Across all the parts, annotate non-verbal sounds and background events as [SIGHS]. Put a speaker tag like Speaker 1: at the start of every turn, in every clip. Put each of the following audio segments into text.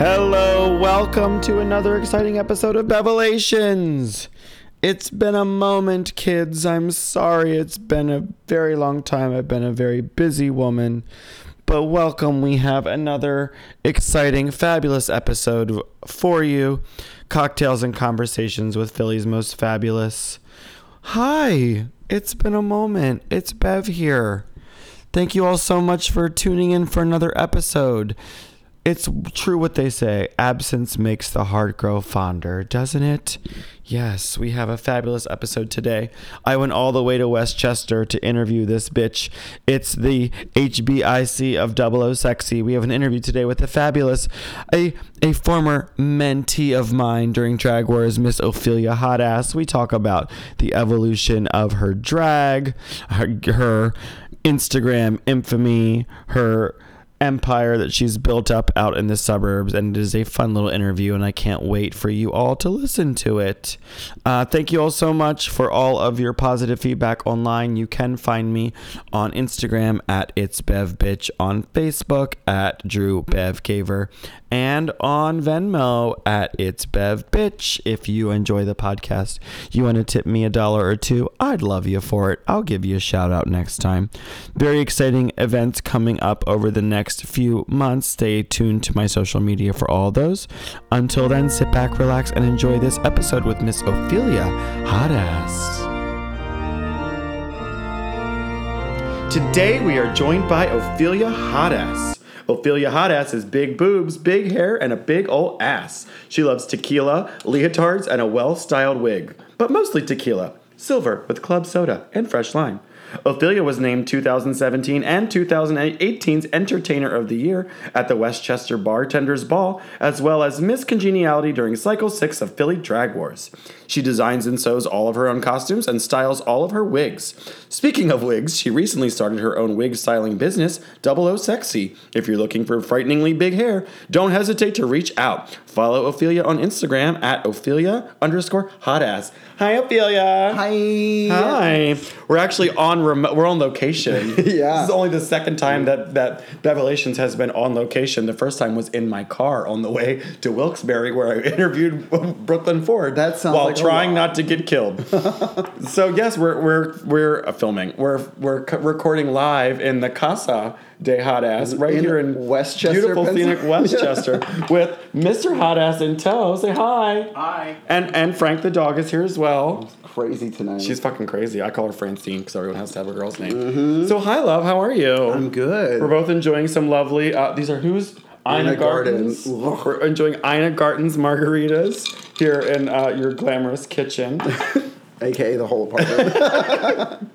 Speaker 1: Hello, welcome to another exciting episode of Bevelations. It's been a moment, kids. I'm sorry. It's been a very long time. I've been a very busy woman. But welcome. We have another exciting, fabulous episode for you Cocktails and Conversations with Philly's Most Fabulous. Hi, it's been a moment. It's Bev here. Thank you all so much for tuning in for another episode. It's true what they say absence makes the heart grow fonder, doesn't it? Yes, we have a fabulous episode today. I went all the way to Westchester to interview this bitch. It's the HBIC of Double O Sexy. We have an interview today with the fabulous, a, a former mentee of mine during Drag Wars, Miss Ophelia Hotass. We talk about the evolution of her drag, her, her Instagram infamy, her empire that she's built up out in the suburbs and it is a fun little interview and i can't wait for you all to listen to it uh, thank you all so much for all of your positive feedback online you can find me on instagram at it's bev bitch on facebook at drew bev caver and on venmo at it's bev bitch if you enjoy the podcast you want to tip me a dollar or two i'd love you for it i'll give you a shout out next time very exciting events coming up over the next few months. Stay tuned to my social media for all those. Until then, sit back, relax, and enjoy this episode with Miss Ophelia Hot Ass. Today, we are joined by Ophelia Hot Ass. Ophelia Hot Ass is big boobs, big hair, and a big ol' ass. She loves tequila, leotards, and a well styled wig, but mostly tequila, silver with club soda, and fresh lime. Ophelia was named 2017 and 2018's Entertainer of the Year at the Westchester Bartenders Ball, as well as Miss Congeniality during Cycle 6 of Philly Drag Wars. She designs and sews all of her own costumes and styles all of her wigs. Speaking of wigs, she recently started her own wig styling business, Double O Sexy. If you're looking for frighteningly big hair, don't hesitate to reach out. Follow Ophelia on Instagram at Ophelia underscore hot ass. Hi, Ophelia.
Speaker 2: Hi.
Speaker 1: Hi. We're actually on remote. We're on location.
Speaker 2: [LAUGHS] Yeah.
Speaker 1: This is only the second time that that Bevelations has been on location. The first time was in my car on the way to Wilkes-Barre, where I [LAUGHS] interviewed Brooklyn Ford.
Speaker 2: That sounds
Speaker 1: while
Speaker 2: like a
Speaker 1: trying
Speaker 2: lot.
Speaker 1: not to get
Speaker 2: [LAUGHS]
Speaker 1: killed. so yes, we're we're we're uh, filming. We're we're c- recording live in the Casa de Hot Ass right
Speaker 2: In
Speaker 1: here in
Speaker 2: Westchester,
Speaker 1: beautiful scenic
Speaker 2: Pennsylvania.
Speaker 1: Westchester,
Speaker 2: [LAUGHS]
Speaker 1: with Mr. Hot Ass in tow. Say hi.
Speaker 3: Hi.
Speaker 1: And and Frank the dog is here as well.
Speaker 2: Crazy tonight.
Speaker 1: She's fucking crazy. I call her Francine because everyone has to have a girl's name. So hi, love. How are you?
Speaker 2: Mm-hmm. I'm good.
Speaker 1: We're both enjoying some lovely. Uh, these are who's Ina
Speaker 2: Ina
Speaker 1: Gardens.
Speaker 2: Gardens. [LAUGHS]
Speaker 1: We're enjoying Ina Gardens margaritas here in uh, your glamorous
Speaker 2: [LAUGHS]
Speaker 1: kitchen.
Speaker 2: AKA the
Speaker 1: [LAUGHS]
Speaker 2: whole apartment.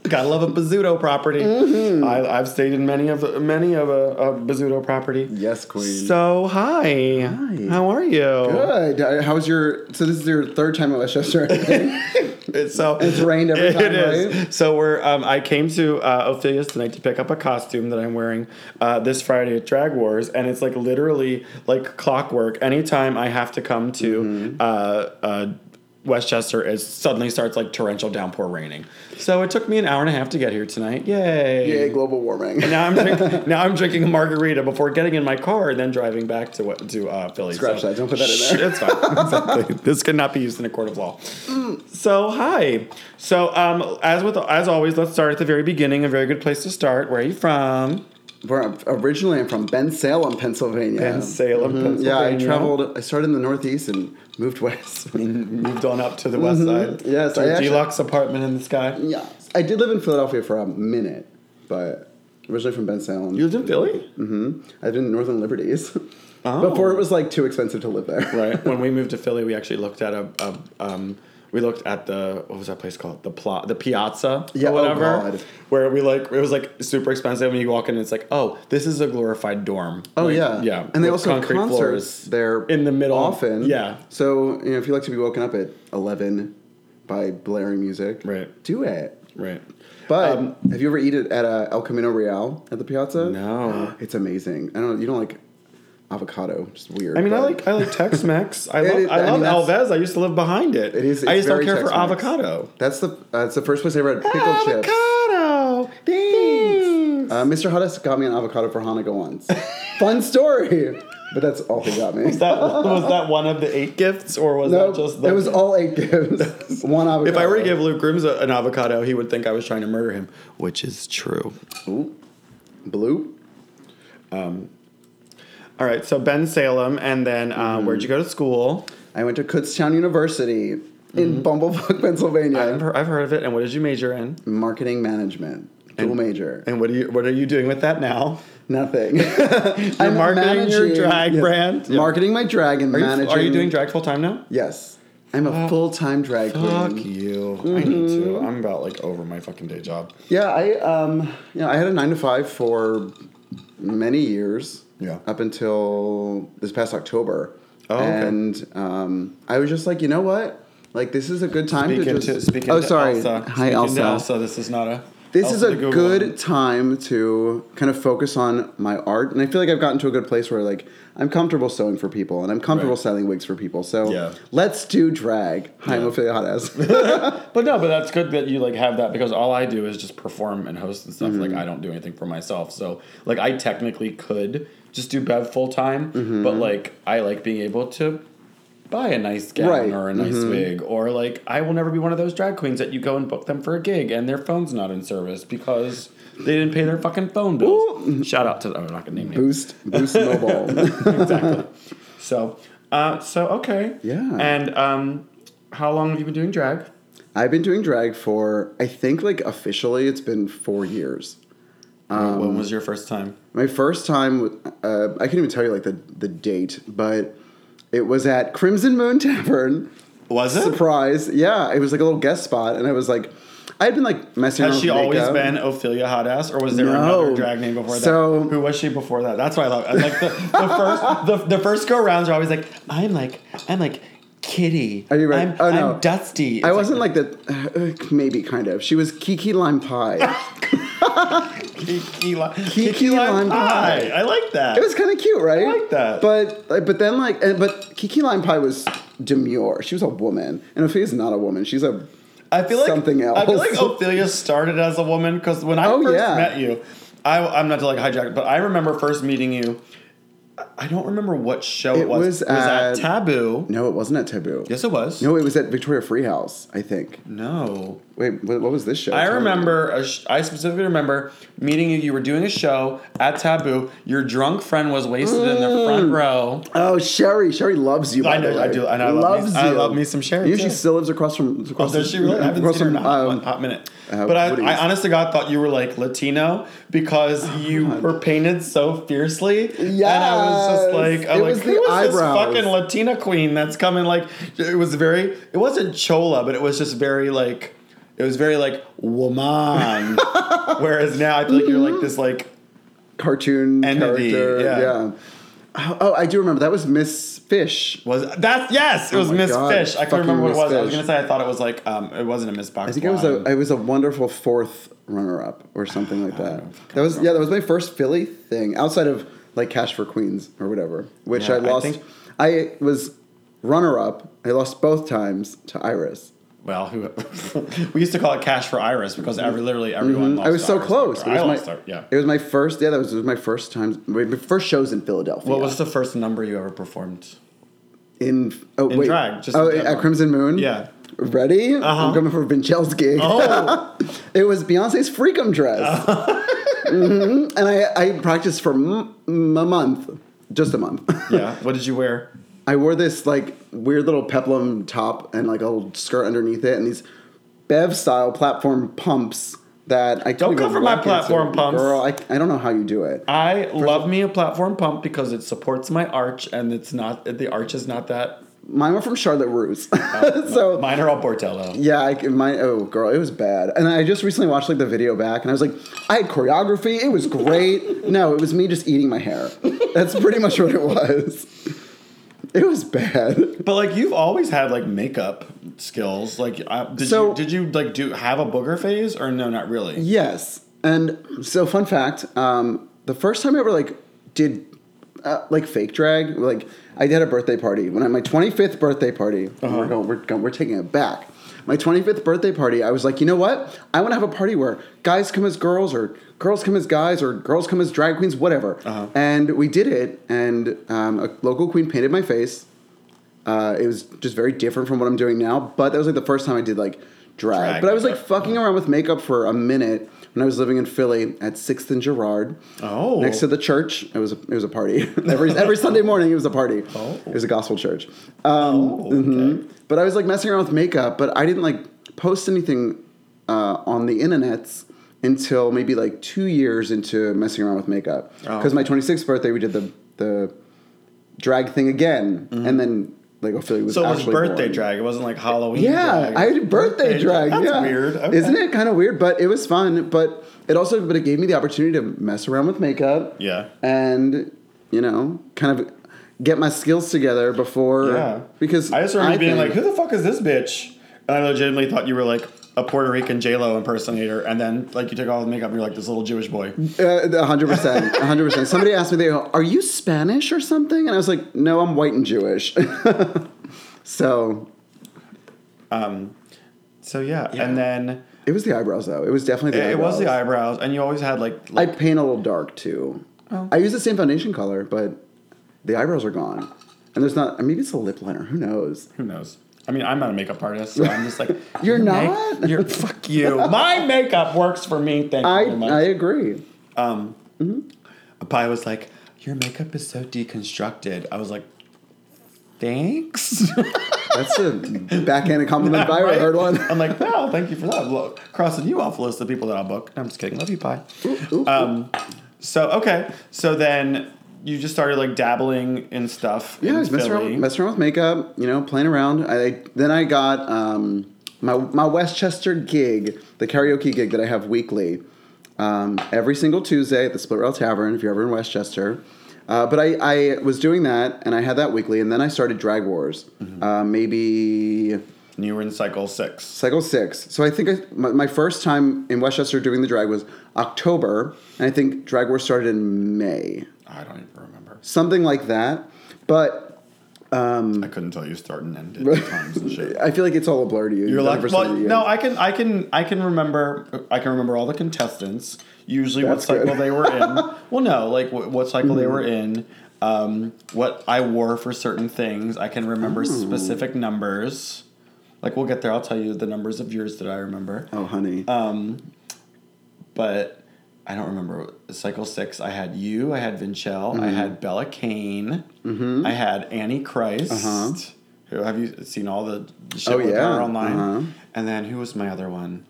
Speaker 1: Gotta love a Bizzuto property.
Speaker 2: Mm-hmm.
Speaker 1: I, I've stayed in many of the- many of a, a Bizzuto property.
Speaker 2: yes, queen.
Speaker 1: So hi.
Speaker 2: Hi.
Speaker 1: How are you?
Speaker 2: good. Uh, How's your? So this is your third time at Westchester.
Speaker 1: [LAUGHS] It's so
Speaker 2: It's rained every
Speaker 1: [LAUGHS]
Speaker 2: time,
Speaker 1: It is.
Speaker 2: right?
Speaker 1: So we're. Um, I came to uh, Ophelia's tonight to pick up a costume that I'm wearing uh, this Friday at Drag Wars, and it's like literally like clockwork. Anytime I have to come to
Speaker 2: Mm-hmm.
Speaker 1: uh, uh, Westchester, it suddenly starts like torrential downpour raining. So it took me an hour and a half to get here tonight. Yay!
Speaker 2: Yay, global warming.
Speaker 1: Now I'm drink, now I'm drinking a margarita before getting in my car and then driving back to what to uh, Philly.
Speaker 2: Scratch that. Don't put that in
Speaker 1: Shh,
Speaker 2: there.
Speaker 1: It's fine. [LAUGHS] exactly. This could not be used in a court of law. So hi. So um, as with as always, let's start at the very beginning. A very good place to start. Where are you from?
Speaker 2: We're- originally, I'm from Ben Salem, Pennsylvania.
Speaker 1: In Salem,
Speaker 2: Mm-hmm. Yeah, I
Speaker 1: Pennsylvania.
Speaker 2: traveled. I started in the Northeast and moved
Speaker 1: [LAUGHS]
Speaker 2: west.
Speaker 1: Moved on up to the west side.
Speaker 2: Mm-hmm. Yes,
Speaker 1: to
Speaker 2: I
Speaker 1: a
Speaker 2: actually-
Speaker 1: deluxe apartment in the sky.
Speaker 2: yeah, I did live in Philadelphia for a minute, but originally from Ben Salem.
Speaker 1: You lived in Philly,
Speaker 2: I lived in Northern Liberties
Speaker 1: Oh.
Speaker 2: [LAUGHS] before it was like too expensive to live there.
Speaker 1: right? When we moved to Philly, we actually looked at a. a um, we looked at the what was that place called the plot the piazza
Speaker 2: Yeah,
Speaker 1: or
Speaker 2: oh
Speaker 1: whatever
Speaker 2: God.
Speaker 1: where we like it was like super expensive and you walk in and it's like oh this is a glorified dorm
Speaker 2: Oh
Speaker 1: Like,
Speaker 2: yeah,
Speaker 1: yeah
Speaker 2: And they
Speaker 1: with
Speaker 2: also have
Speaker 1: concrete
Speaker 2: concerts
Speaker 1: floors.
Speaker 2: there
Speaker 1: In the middle.
Speaker 2: often.
Speaker 1: Yeah.
Speaker 2: So you know, if you like to be woken up at eleven by blaring music,
Speaker 1: Right. Um,
Speaker 2: Do it.
Speaker 1: right
Speaker 2: But have you ever eaten at uh, El Camino Real at the Piazza?
Speaker 1: No.
Speaker 2: [GASPS] it's amazing. I don't. You don't like avocado? Just weird.
Speaker 1: I mean I
Speaker 2: but-
Speaker 1: like I like Tex [LAUGHS] Mex I
Speaker 2: It
Speaker 1: love
Speaker 2: is-
Speaker 1: I
Speaker 2: I
Speaker 1: love
Speaker 2: mean, that's-
Speaker 1: Alves I used to live behind it
Speaker 2: It is-
Speaker 1: I
Speaker 2: it's
Speaker 1: just don't
Speaker 2: very
Speaker 1: care for
Speaker 2: Tex-Mex.
Speaker 1: avocado
Speaker 2: That's the. Uh, it's the first place I ever had pickle chips.
Speaker 1: avocado thanks [LAUGHS]
Speaker 2: Uh, Mr. Hottis got me an avocado for Hanukkah once. Fun story. But that's all he got me.
Speaker 3: That was that one of the eight gifts, or was
Speaker 2: no,
Speaker 3: that just?
Speaker 2: it was all eight
Speaker 1: [LAUGHS]
Speaker 2: gifts. One avocado.
Speaker 3: If I were to give Luke Grooms a- an avocado, he would think I was trying to murder him, which is true.
Speaker 2: Ooh. blue,
Speaker 3: All right, so Ben Salem, and then uh, where'd you go to school?
Speaker 2: I went to Kutztown University
Speaker 3: Mm-hmm.
Speaker 2: in Bumblefuck, [LAUGHS] Pennsylvania.
Speaker 3: I've, heard, I've heard of it. And what did you major in?
Speaker 2: Marketing management, dual major.
Speaker 3: [LAUGHS] And what are you what are you doing with that now?
Speaker 2: Nothing. [LAUGHS] I'm
Speaker 3: marketing your drag brand? Yeah.
Speaker 2: Marketing my drag and
Speaker 3: Are you,
Speaker 2: managing.
Speaker 3: are you doing drag full time now?
Speaker 2: Yes, I'm a full time drag
Speaker 3: Fuck
Speaker 2: queen.
Speaker 3: you! I need to.
Speaker 2: Mm-hmm.
Speaker 3: I'm about like over my fucking day job.
Speaker 2: Yeah, I um, you know, I had a nine to five for many years.
Speaker 3: Yeah.
Speaker 2: Up until this past October.
Speaker 3: Oh, okay.
Speaker 2: And um, I was just like, you know what? Like this is a good time
Speaker 3: Speaking
Speaker 2: to just.
Speaker 3: to speaking.
Speaker 2: oh,
Speaker 3: to
Speaker 2: sorry.
Speaker 3: Elsa.
Speaker 2: Hi,
Speaker 3: Speaking
Speaker 2: Elsa.
Speaker 3: To Elsa. This is not a.
Speaker 2: This
Speaker 3: Elsa
Speaker 2: is a
Speaker 3: the Google
Speaker 2: good
Speaker 3: woman.
Speaker 2: time to kind of focus on my art, and I feel like I've gotten to a good place where like I'm comfortable sewing for people, and I'm comfortable
Speaker 3: Right.
Speaker 2: selling wigs for people. So
Speaker 3: Yeah.
Speaker 2: let's do drag. Hi, I'm Ophelia Hot Ass.
Speaker 3: [LAUGHS] But no, but that's good that you like have that because all I do is just perform and host and stuff. Like
Speaker 2: Mm-hmm.
Speaker 3: I don't do anything for myself. So like I technically could just do Bev full time,
Speaker 2: Mm-hmm.
Speaker 3: but like I like being able to buy a nice gown
Speaker 2: Right. Mm-hmm.
Speaker 3: or a nice wig or like I will never be one of those drag queens that you go and book them for a gig and their phone's not in service because they didn't pay their fucking phone bills. Shout out to I'm not gonna name names.
Speaker 2: boost, boost mobile. [LAUGHS]
Speaker 3: [LAUGHS] So uh so okay.
Speaker 2: Yeah.
Speaker 3: And um how long have you been doing drag?
Speaker 2: I've been doing drag for I think like officially it's been four years. Um,
Speaker 3: when was your first time?
Speaker 2: My first time, uh, I can't even tell you like the the date, but it was at Crimson Moon
Speaker 3: [LAUGHS]
Speaker 2: Tavern.
Speaker 3: Was it?
Speaker 2: Surprise! Yeah, it was like a little guest spot, and I was like, I had been like messing. around
Speaker 3: Has she
Speaker 2: with
Speaker 3: always
Speaker 2: makeup.
Speaker 3: been Ophelia Hot Ass, or was there
Speaker 2: No.
Speaker 3: another drag name before that?
Speaker 2: So-
Speaker 3: who was she before that? That's what I love. I Like the, the first, the, the first go rounds are always like, I'm like, I'm like, Kitty.
Speaker 2: Are you ready?
Speaker 3: I'm,
Speaker 2: Oh, no.
Speaker 3: I'm Dusty.
Speaker 2: I
Speaker 3: It's
Speaker 2: wasn't like the uh, maybe kind of. She was Kiki Lime Pie.
Speaker 3: [LAUGHS] like, Kiki, Li- Kiki,
Speaker 2: Kiki Lime
Speaker 3: Lime
Speaker 2: Pie.
Speaker 3: Pie. I like that.
Speaker 2: it was kind of cute, right?
Speaker 3: I like that.
Speaker 2: But like, but then like and, but Kiki Lime Pie was demure. She was a woman, and Ophelia's not a woman. She's a
Speaker 3: I feel like
Speaker 2: something
Speaker 3: I feel like
Speaker 2: else.
Speaker 3: Ophelia started as a woman because when I
Speaker 2: Oh,
Speaker 3: first
Speaker 2: yeah.
Speaker 3: met you, I, I'm not to like hijack, it, but I remember first meeting you. I- I don't remember what show it,
Speaker 2: It
Speaker 3: was.
Speaker 2: was
Speaker 3: it was at
Speaker 2: at-
Speaker 3: Taboo.
Speaker 2: no. It wasn't at Taboo.
Speaker 3: Yes, it was.
Speaker 2: No, it was at Victoria Freehouse. I think.
Speaker 3: No.
Speaker 2: Wait, what, what was this show?
Speaker 3: I
Speaker 2: Tell me.
Speaker 3: remember, a sh- I specifically remember meeting you. You were doing a show at Taboo. Your drunk friend was wasted in the front row.
Speaker 2: Oh, Sherry. Sherry loves you. By
Speaker 3: I know,
Speaker 2: the
Speaker 3: I
Speaker 2: way.
Speaker 3: do, and I love me- I love me some Sherry,
Speaker 2: You know,
Speaker 3: too. Oh,
Speaker 2: she still lives across from. Across
Speaker 3: Does she really? I haven't
Speaker 2: across
Speaker 3: seen her in a
Speaker 2: from,
Speaker 3: hot,
Speaker 2: um,
Speaker 3: hot minute.
Speaker 2: uh,
Speaker 3: but I,
Speaker 2: Woody's.
Speaker 3: I honest to God thought you were like Latino because
Speaker 2: Oh
Speaker 3: you were painted so fiercely. And I was just like,
Speaker 2: Yes.
Speaker 3: I'm
Speaker 2: It
Speaker 3: like,
Speaker 2: was
Speaker 3: who
Speaker 2: the
Speaker 3: is
Speaker 2: eyebrows.
Speaker 3: this fucking Latina queen that's coming? Like, it was very, it wasn't Chola, but it was just very like, it was very like,
Speaker 2: [LAUGHS]
Speaker 3: woman. Whereas now I feel like you're like this like,
Speaker 2: cartoon
Speaker 3: Entity,
Speaker 2: character.
Speaker 3: yeah.
Speaker 2: Yeah. Oh, oh, I do remember. That was Miss Fish.
Speaker 3: Was that yes? It was
Speaker 2: Oh my
Speaker 3: Miss
Speaker 2: God,
Speaker 3: Fish. I
Speaker 2: fucking
Speaker 3: couldn't remember what it
Speaker 2: Miss
Speaker 3: was. I was
Speaker 2: Fish.
Speaker 3: gonna say I thought it was like um, it wasn't a Miss Box.
Speaker 2: I think it was a it was a wonderful fourth runner up or something like
Speaker 3: [SIGHS]
Speaker 2: that. That was yeah, that was my first Philly thing outside of like Cash for Queens or whatever, which
Speaker 3: Yeah,
Speaker 2: I
Speaker 3: I
Speaker 2: lost. I,
Speaker 3: think-
Speaker 2: was runner up. I lost both times to Iris.
Speaker 3: well, who [LAUGHS] we used to call it Cash for Iris because every literally everyone. Lost
Speaker 2: Mm-hmm. I was so
Speaker 3: Iris
Speaker 2: close.
Speaker 3: Doctor.
Speaker 2: It was
Speaker 3: I
Speaker 2: my
Speaker 3: lost her, yeah.
Speaker 2: It was my first yeah, that was, it was my first time my first shows in Philadelphia.
Speaker 3: what was the first number you ever
Speaker 2: [LAUGHS]
Speaker 3: performed?
Speaker 2: in oh
Speaker 3: In
Speaker 2: wait.
Speaker 3: drag, just
Speaker 2: oh,
Speaker 3: in
Speaker 2: at
Speaker 3: general.
Speaker 2: Crimson Moon?
Speaker 3: Yeah.
Speaker 2: Ready?
Speaker 3: Uh-huh.
Speaker 2: I'm coming for Vincel's gig.
Speaker 3: Oh,
Speaker 2: It was Beyonce's Freakum dress.
Speaker 3: [LAUGHS]
Speaker 2: hmm And I, I practiced for m- m- a month, just a month. [LAUGHS]
Speaker 3: yeah. What did you wear?
Speaker 2: I wore this like weird little peplum top and like a little skirt underneath it, and these Bev style platform pumps that I couldn't
Speaker 3: Don't go
Speaker 2: even
Speaker 3: for my
Speaker 2: walk into.
Speaker 3: platform pumps.
Speaker 2: girl. I, I don't know how you do it.
Speaker 3: I love me a platform pump because it supports my arch and it's not the arch is not that.
Speaker 2: Mine were from Charlotte [LAUGHS] Roos,
Speaker 3: Oh,
Speaker 2: so
Speaker 3: Mine are all Bordello.
Speaker 2: Yeah, I, my oh girl, it was bad. And I just recently watched like the video back, and I was like, I had choreography. It was great. no, it was me just eating my hair. That's pretty much what it was. It was bad.
Speaker 3: But like you've always had like makeup skills. Like I, did
Speaker 2: So- Mm-hmm.
Speaker 3: you did you like do have a booger phase or no? Not really.
Speaker 2: Yes. And so, fun fact: um, the first time I ever like did uh, like fake drag, like I did a birthday party when I my 25th birthday party. We're going, we're going, we're taking it back. My 25th birthday party, I was like, you know what? I want to have a party where guys come as girls, or girls come as guys, or girls come as drag queens, whatever. And we did it, and um, a local queen painted my face. Uh, it was just very different from what I'm doing now, but that was like the first time I did like drag.
Speaker 3: Drag
Speaker 2: but I was like
Speaker 3: makeup.
Speaker 2: fucking around with makeup for a minute when I was living in Philly at Sixth and Girard
Speaker 3: Oh.
Speaker 2: next to the church. It was a, it was a party [LAUGHS] every every Sunday morning. It was a party.
Speaker 3: Oh.
Speaker 2: It was a gospel church. Um,
Speaker 3: Oh, okay.
Speaker 2: Mm-hmm. But I was like messing around with makeup, but I didn't like post anything uh, on the internets until maybe like two years into messing around with makeup.
Speaker 3: Oh.
Speaker 2: Because my 26th birthday, we did the the drag thing again, and then like Ophelia was
Speaker 3: Mm-hmm. So it was
Speaker 2: actually
Speaker 3: birthday
Speaker 2: born.
Speaker 3: drag. It wasn't like Halloween.
Speaker 2: Yeah,
Speaker 3: drag.
Speaker 2: I did birthday drag.
Speaker 3: That's
Speaker 2: yeah,
Speaker 3: weird. Okay.
Speaker 2: Isn't it kind of weird? But it was fun. But it also, but it gave me the opportunity to mess around with makeup.
Speaker 3: Yeah.
Speaker 2: and you know, kind of get my skills together before.
Speaker 3: Yeah.
Speaker 2: Because
Speaker 3: I just remember being
Speaker 2: think-
Speaker 3: like, "Who the fuck is this bitch?" And I legitimately thought you were like a Puerto Rican J Lo impersonator, and then like you took all the makeup, and you're like this little Jewish boy.
Speaker 2: Uh, 100%. 100%. Somebody asked me, they go, Are you Spanish or something? And I was like, No, I'm white and Jewish. [LAUGHS] so
Speaker 3: So yeah, and then
Speaker 2: it was the eyebrows, though. It was definitely
Speaker 3: it,
Speaker 2: the
Speaker 3: it was
Speaker 2: eyebrows.
Speaker 3: the eyebrows, and you always had like,
Speaker 2: I
Speaker 3: like
Speaker 2: paint a little dark, too. I use the same foundation color, but the eyebrows are gone. And there's not, maybe it's a lip liner. Who knows?
Speaker 3: who knows? I mean, I'm not a makeup artist, so I'm just like,
Speaker 2: [LAUGHS] You're
Speaker 3: "Your make-
Speaker 2: not?" [LAUGHS]
Speaker 3: you're fuck you. My makeup works for me. Thank
Speaker 2: I,
Speaker 3: you very much.
Speaker 2: I agree.
Speaker 3: Um, Pai was like, "Your makeup is so deconstructed." I was like, "Thanks." [LAUGHS]
Speaker 2: That's a backhanded compliment if I ever
Speaker 3: Right?
Speaker 2: heard one.
Speaker 3: I'm like, "Wow, thank you for that." Look, crossing you off the list of people that I'll book. No, I'm just kidding. Love you, Pai. Um, so okay, so then you just started like dabbling in stuff.
Speaker 2: Yeah,
Speaker 3: in
Speaker 2: I was messing
Speaker 3: Philly.
Speaker 2: around, messing around with makeup, you know, playing around. I then I got um, my my Westchester gig, the karaoke gig that I have weekly, um, every single Tuesday at the Split Rail Tavern. If you're ever in Westchester, uh, but I I was doing that and I had that weekly, and then I started Drag Wars,
Speaker 3: Mm-hmm.
Speaker 2: uh, maybe
Speaker 3: and you were in cycle six.
Speaker 2: cycle six. So I think I, my, my first time in Westchester doing the drag was October, and I think Drag Wars started in May,
Speaker 3: I don't even remember.
Speaker 2: something like that. But Hmm.
Speaker 3: I couldn't tell you start
Speaker 2: [LAUGHS]
Speaker 3: and end at times and shit.
Speaker 2: I feel like it's all a blur to you.
Speaker 3: You're
Speaker 2: You've
Speaker 3: like,
Speaker 2: never
Speaker 3: well,
Speaker 2: seen it yet.
Speaker 3: no, I can, I can, I can remember, I can remember all the contestants. Usually,
Speaker 2: That's
Speaker 3: what
Speaker 2: good. Mm-hmm.
Speaker 3: cycle they were
Speaker 2: [LAUGHS]
Speaker 3: in. Well, no, like what, what cycle they were in. Um, what I wore for certain things. I can remember specific numbers. Like we'll get there. I'll tell you the numbers of yours that I remember.
Speaker 2: Oh, honey.
Speaker 3: uh, But I don't remember cycle six. I had you. I had Vincel. I
Speaker 2: Mm-hmm.
Speaker 3: had Bella Kane. I had Annie Christ. Who have you seen all the shit
Speaker 2: Uh-huh. Oh,
Speaker 3: with
Speaker 2: yeah.
Speaker 3: her online?
Speaker 2: Uh-huh.
Speaker 3: And then who was my other one?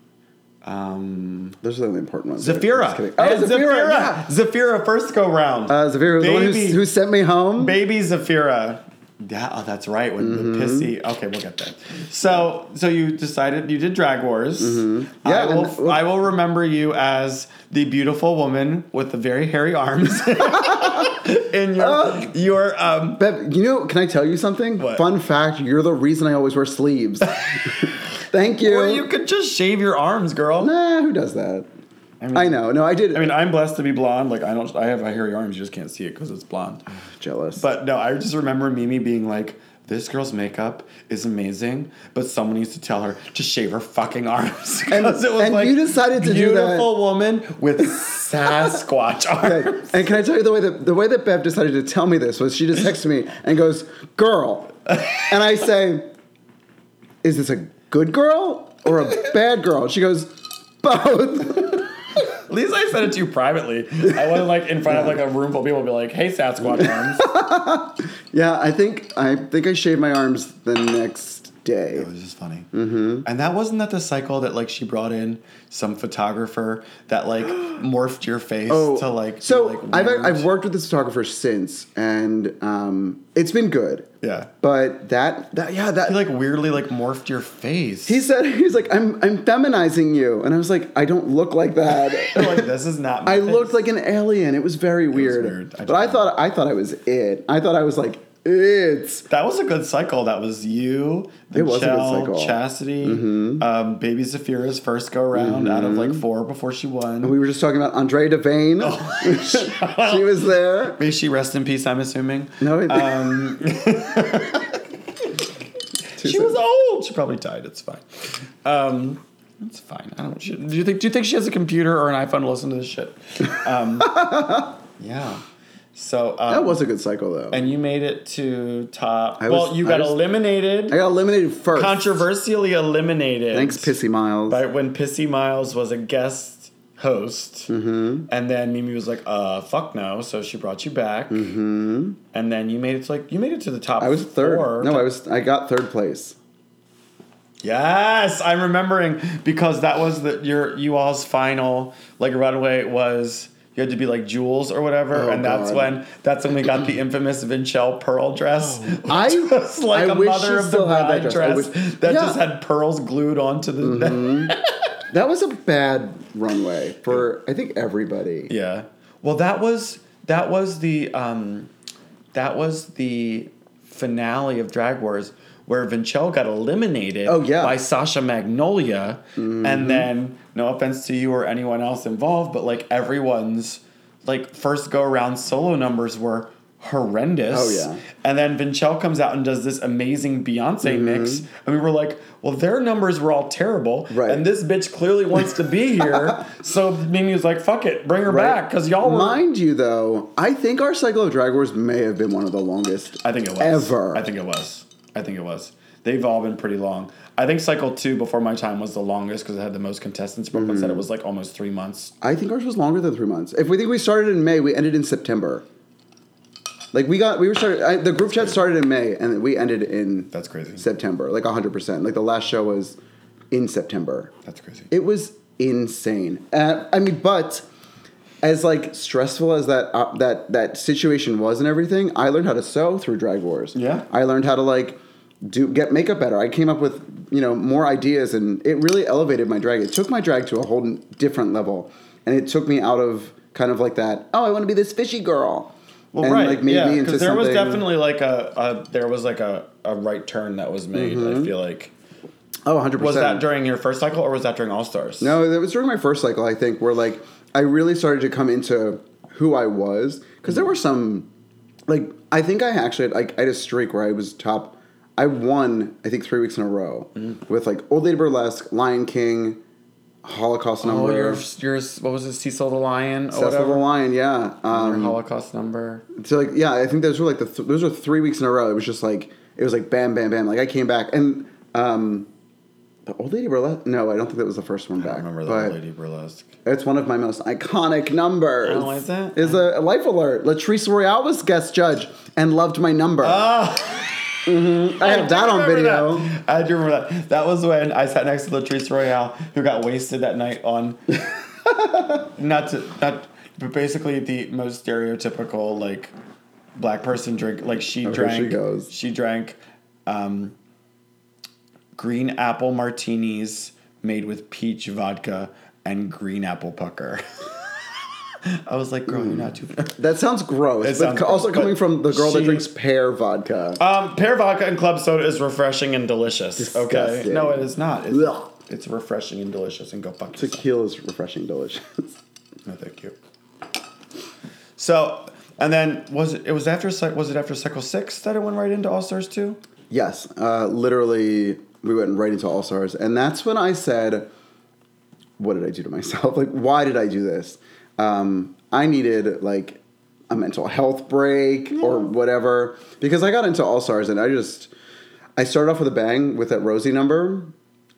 Speaker 2: Those are the important ones.
Speaker 3: Zafira.
Speaker 2: Just kidding.
Speaker 3: I
Speaker 2: Oh,
Speaker 3: had
Speaker 2: Zafira. yeah.
Speaker 3: Zafira, first go round.
Speaker 2: Uh, Zafira was the one who,
Speaker 3: Baby.
Speaker 2: who sent me home.
Speaker 3: Baby Zafira. Yeah, oh, that's right. When
Speaker 2: Mm-hmm.
Speaker 3: the pissy. Okay, we'll get there. So, so you decided you did Drag Wars.
Speaker 2: Mm-hmm. Yeah,
Speaker 3: I will.
Speaker 2: and- well-
Speaker 3: I will remember you as the beautiful woman with the very hairy arms. [LAUGHS] in your
Speaker 2: Oh.
Speaker 3: your um.
Speaker 2: Beb, you know, can I tell you something?
Speaker 3: What?
Speaker 2: Fun fact: You're the reason I always wear
Speaker 3: [LAUGHS]
Speaker 2: sleeves. Thank you.
Speaker 3: Or you could just shave your arms, girl.
Speaker 2: Nah, who does that? I, know. No, I did.
Speaker 3: I mean, I'm blessed to be blonde. Like I don't. I have hairy arms. You just can't see it because it's blonde.
Speaker 2: jealous.
Speaker 3: But no, I just remember Mimi being like, "This girl's makeup is amazing, but someone needs to tell her to shave her fucking arms." [LAUGHS] 'Cause
Speaker 2: And- and you decided to do that.
Speaker 3: Beautiful woman with [LAUGHS] Sasquatch
Speaker 2: Okay.
Speaker 3: arms.
Speaker 2: And can I tell you the way that the way that Bev decided to tell me this was she just texted me and goes, "Girl," and I say, "Is this a good girl or a bad girl?" She goes, "Both."
Speaker 3: At least I said it to you privately. I wasn't like in front of like a room full of people, and be like, "Hey, [LAUGHS] Sasquatch arms."
Speaker 2: Yeah, I think I think I shaved my arms the next day.
Speaker 3: It was just funny. Mm-hmm. And that wasn't that the cycle that like she brought in some photographer that [GASPS] like morphed your face to like
Speaker 2: Oh, so
Speaker 3: be, like,
Speaker 2: I've
Speaker 3: weird?
Speaker 2: I've worked with this photographer since, and um, it's been good.
Speaker 3: yeah.
Speaker 2: But that that yeah that
Speaker 3: He like weirdly like morphed your face.
Speaker 2: he said [LAUGHS] he's like I'm I'm feminizing you, and I was like I don't look like that.
Speaker 3: [LAUGHS] like this is not. My
Speaker 2: I
Speaker 3: face.
Speaker 2: looked like an alien. It was very weird.
Speaker 3: weird. I
Speaker 2: but I
Speaker 3: don't-
Speaker 2: thought I thought I was it. I thought I was like it.
Speaker 3: that was a good cycle. That was you, the
Speaker 2: It was a good
Speaker 3: Chell,
Speaker 2: cycle. Mm-hmm.
Speaker 3: Chastity, um, Baby Zafira's first go round out of like four before she won.
Speaker 2: We were just talking about Andre Devane.
Speaker 3: Oh,
Speaker 2: [LAUGHS] she was there.
Speaker 3: May she rest in peace. [LAUGHS] Um, I'm assuming.
Speaker 2: No, it,
Speaker 3: She was old. She probably died. It's fine. Um, it's fine. I don't. She, do you think? Do you think she has a computer or an iPhone to listen to this shit?
Speaker 2: [LAUGHS]
Speaker 3: Um, yeah. So um,
Speaker 2: That was a good cycle though.
Speaker 3: And you made it to top.
Speaker 2: I
Speaker 3: well,
Speaker 2: was-
Speaker 3: you
Speaker 2: I
Speaker 3: got
Speaker 2: was-
Speaker 3: eliminated.
Speaker 2: I got eliminated first.
Speaker 3: controversially eliminated.
Speaker 2: Thanks, Pissy Miles.
Speaker 3: Right when Pissy Miles was a guest host, mm-hmm. and then Mimi was like, "Uh, fuck no," so she brought you back, mm-hmm. and then you made it to like you made it to the top.
Speaker 2: I was third.
Speaker 3: Four.
Speaker 2: No, I was. I got third place.
Speaker 3: Yes, I'm remembering because that was the your you all's final like runway was you had to be like Jules or whatever,
Speaker 2: Oh,
Speaker 3: and that's
Speaker 2: God.
Speaker 3: when that's when we got the infamous Vinchelle pearl dress. [LAUGHS]
Speaker 2: I-
Speaker 3: which was like
Speaker 2: I
Speaker 3: a
Speaker 2: wish
Speaker 3: mother
Speaker 2: she
Speaker 3: of the
Speaker 2: still had
Speaker 3: bride
Speaker 2: that
Speaker 3: dress,
Speaker 2: dress. I wish-
Speaker 3: [LAUGHS] that
Speaker 2: Yeah. Mm-hmm.
Speaker 3: just had pearls glued onto the [LAUGHS]
Speaker 2: That was a bad runway for I think everybody.
Speaker 3: yeah. Well, that was that was the um, that was the finale of Drag Wars where Vinchelle got eliminated
Speaker 2: Oh, yeah. Mm-hmm.
Speaker 3: by Sasha Magnolia and then no offense to you or anyone else involved but like everyone's like first go around solo numbers were horrendous
Speaker 2: Oh, yeah.
Speaker 3: and then Vinchelle comes out and does this amazing
Speaker 2: Mm-hmm.
Speaker 3: Beyonce mix and we were like well their numbers were all terrible
Speaker 2: Right.
Speaker 3: and this bitch clearly wants to be
Speaker 2: [LAUGHS]
Speaker 3: here so Mimi was like fuck it bring her
Speaker 2: Right.
Speaker 3: back because y'all were
Speaker 2: Mind you, though, I think our cycle of Drag Wars may have been one of the longest.
Speaker 3: I think it was.
Speaker 2: Ever.
Speaker 3: I think it was. I think it was. They've all been pretty long. I think cycle two before my time was the longest because it had the most contestants. Brooklyn said
Speaker 2: Mm-hmm.
Speaker 3: it was like almost three months.
Speaker 2: I think ours was longer than three months. If we think we started in May, we ended in September. Like we got, we were started. I, the group chat started in May, and we ended in
Speaker 3: That's crazy.
Speaker 2: September, like hundred percent. Like the last show was in September.
Speaker 3: That's crazy.
Speaker 2: It was insane. Uh, I mean, but as like stressful as that uh, that that situation was and everything, I learned how to sew through Drag Wars.
Speaker 3: Yeah.
Speaker 2: I learned how to like do get makeup better. I came up with you know more ideas, and it really elevated my drag. It took my drag to a whole n- different level, and it took me out of kind of like that. Oh, I want to be this fishy girl.
Speaker 3: well,
Speaker 2: and
Speaker 3: right.
Speaker 2: like made
Speaker 3: yeah,
Speaker 2: me into
Speaker 3: because there was
Speaker 2: something-
Speaker 3: definitely like a, a there was like a, a right turn that was made.
Speaker 2: Mm-hmm.
Speaker 3: I feel like
Speaker 2: oh 100
Speaker 3: was that during your first cycle or was that during All Stars?
Speaker 2: No, that was during my first cycle, I think, where like I really started to come into who I was because there were some like I think I actually had, like I had a streak where I was top. I won I think three weeks in a row
Speaker 3: Mm.
Speaker 2: with like Old Lady Burlesque, Lion King, Holocaust
Speaker 3: Oh,
Speaker 2: number,
Speaker 3: your your what was it? Cecil the Lion or
Speaker 2: Cecil the
Speaker 3: whatever. Mm-hmm.
Speaker 2: Lion, yeah.
Speaker 3: Your
Speaker 2: Um,
Speaker 3: Holocaust number.
Speaker 2: so like yeah, I think those were like the th- those were three weeks in a row. It was just like it was like bam, bam, bam. Like I came back and um, the Old Lady Burlesque. No, I don't think that was the first one back.
Speaker 3: I remember
Speaker 2: but-
Speaker 3: the lady burlesque.
Speaker 2: It's one of my most iconic numbers.
Speaker 3: Oh, is it?
Speaker 2: Is a life alert. Latrice Royale was guest judge and loved my number. Mhm. I have that
Speaker 3: do
Speaker 2: on
Speaker 3: Ah. remember
Speaker 2: video.
Speaker 3: that. I do remember that. That was when I sat next to Latrice Royale, who got wasted that night
Speaker 2: [LAUGHS]
Speaker 3: on not to not, but basically the most stereotypical like black person drink. Like she
Speaker 2: here
Speaker 3: drank,
Speaker 2: she goes.
Speaker 3: she drank um, green apple martinis made with peach vodka and green apple pucker. [LAUGHS] I was like, girl, you're not too.
Speaker 2: That sounds gross, but
Speaker 3: sounds
Speaker 2: co- also
Speaker 3: gross,
Speaker 2: coming
Speaker 3: but
Speaker 2: from the girl that
Speaker 3: she-
Speaker 2: drinks pear vodka.
Speaker 3: Um, pear vodka and club soda is refreshing and delicious. Okay,
Speaker 2: Disgusting.
Speaker 3: no, it is not. It's,
Speaker 2: Ugh.
Speaker 3: it's refreshing and delicious. And go fuck yourself.
Speaker 2: Tequila is refreshing, delicious.
Speaker 3: No, thank you. So, and then was it? It was after Cy- was it after cycle six that it went right into All Stars two?
Speaker 2: yes, uh, literally, we went right into All Stars, and that's when I said, "What did I do to myself? [LAUGHS] Like, why did I do this? Um, I needed like a mental health break or whatever because I got into All Stars and I just." I started off with a bang with that Rosie number,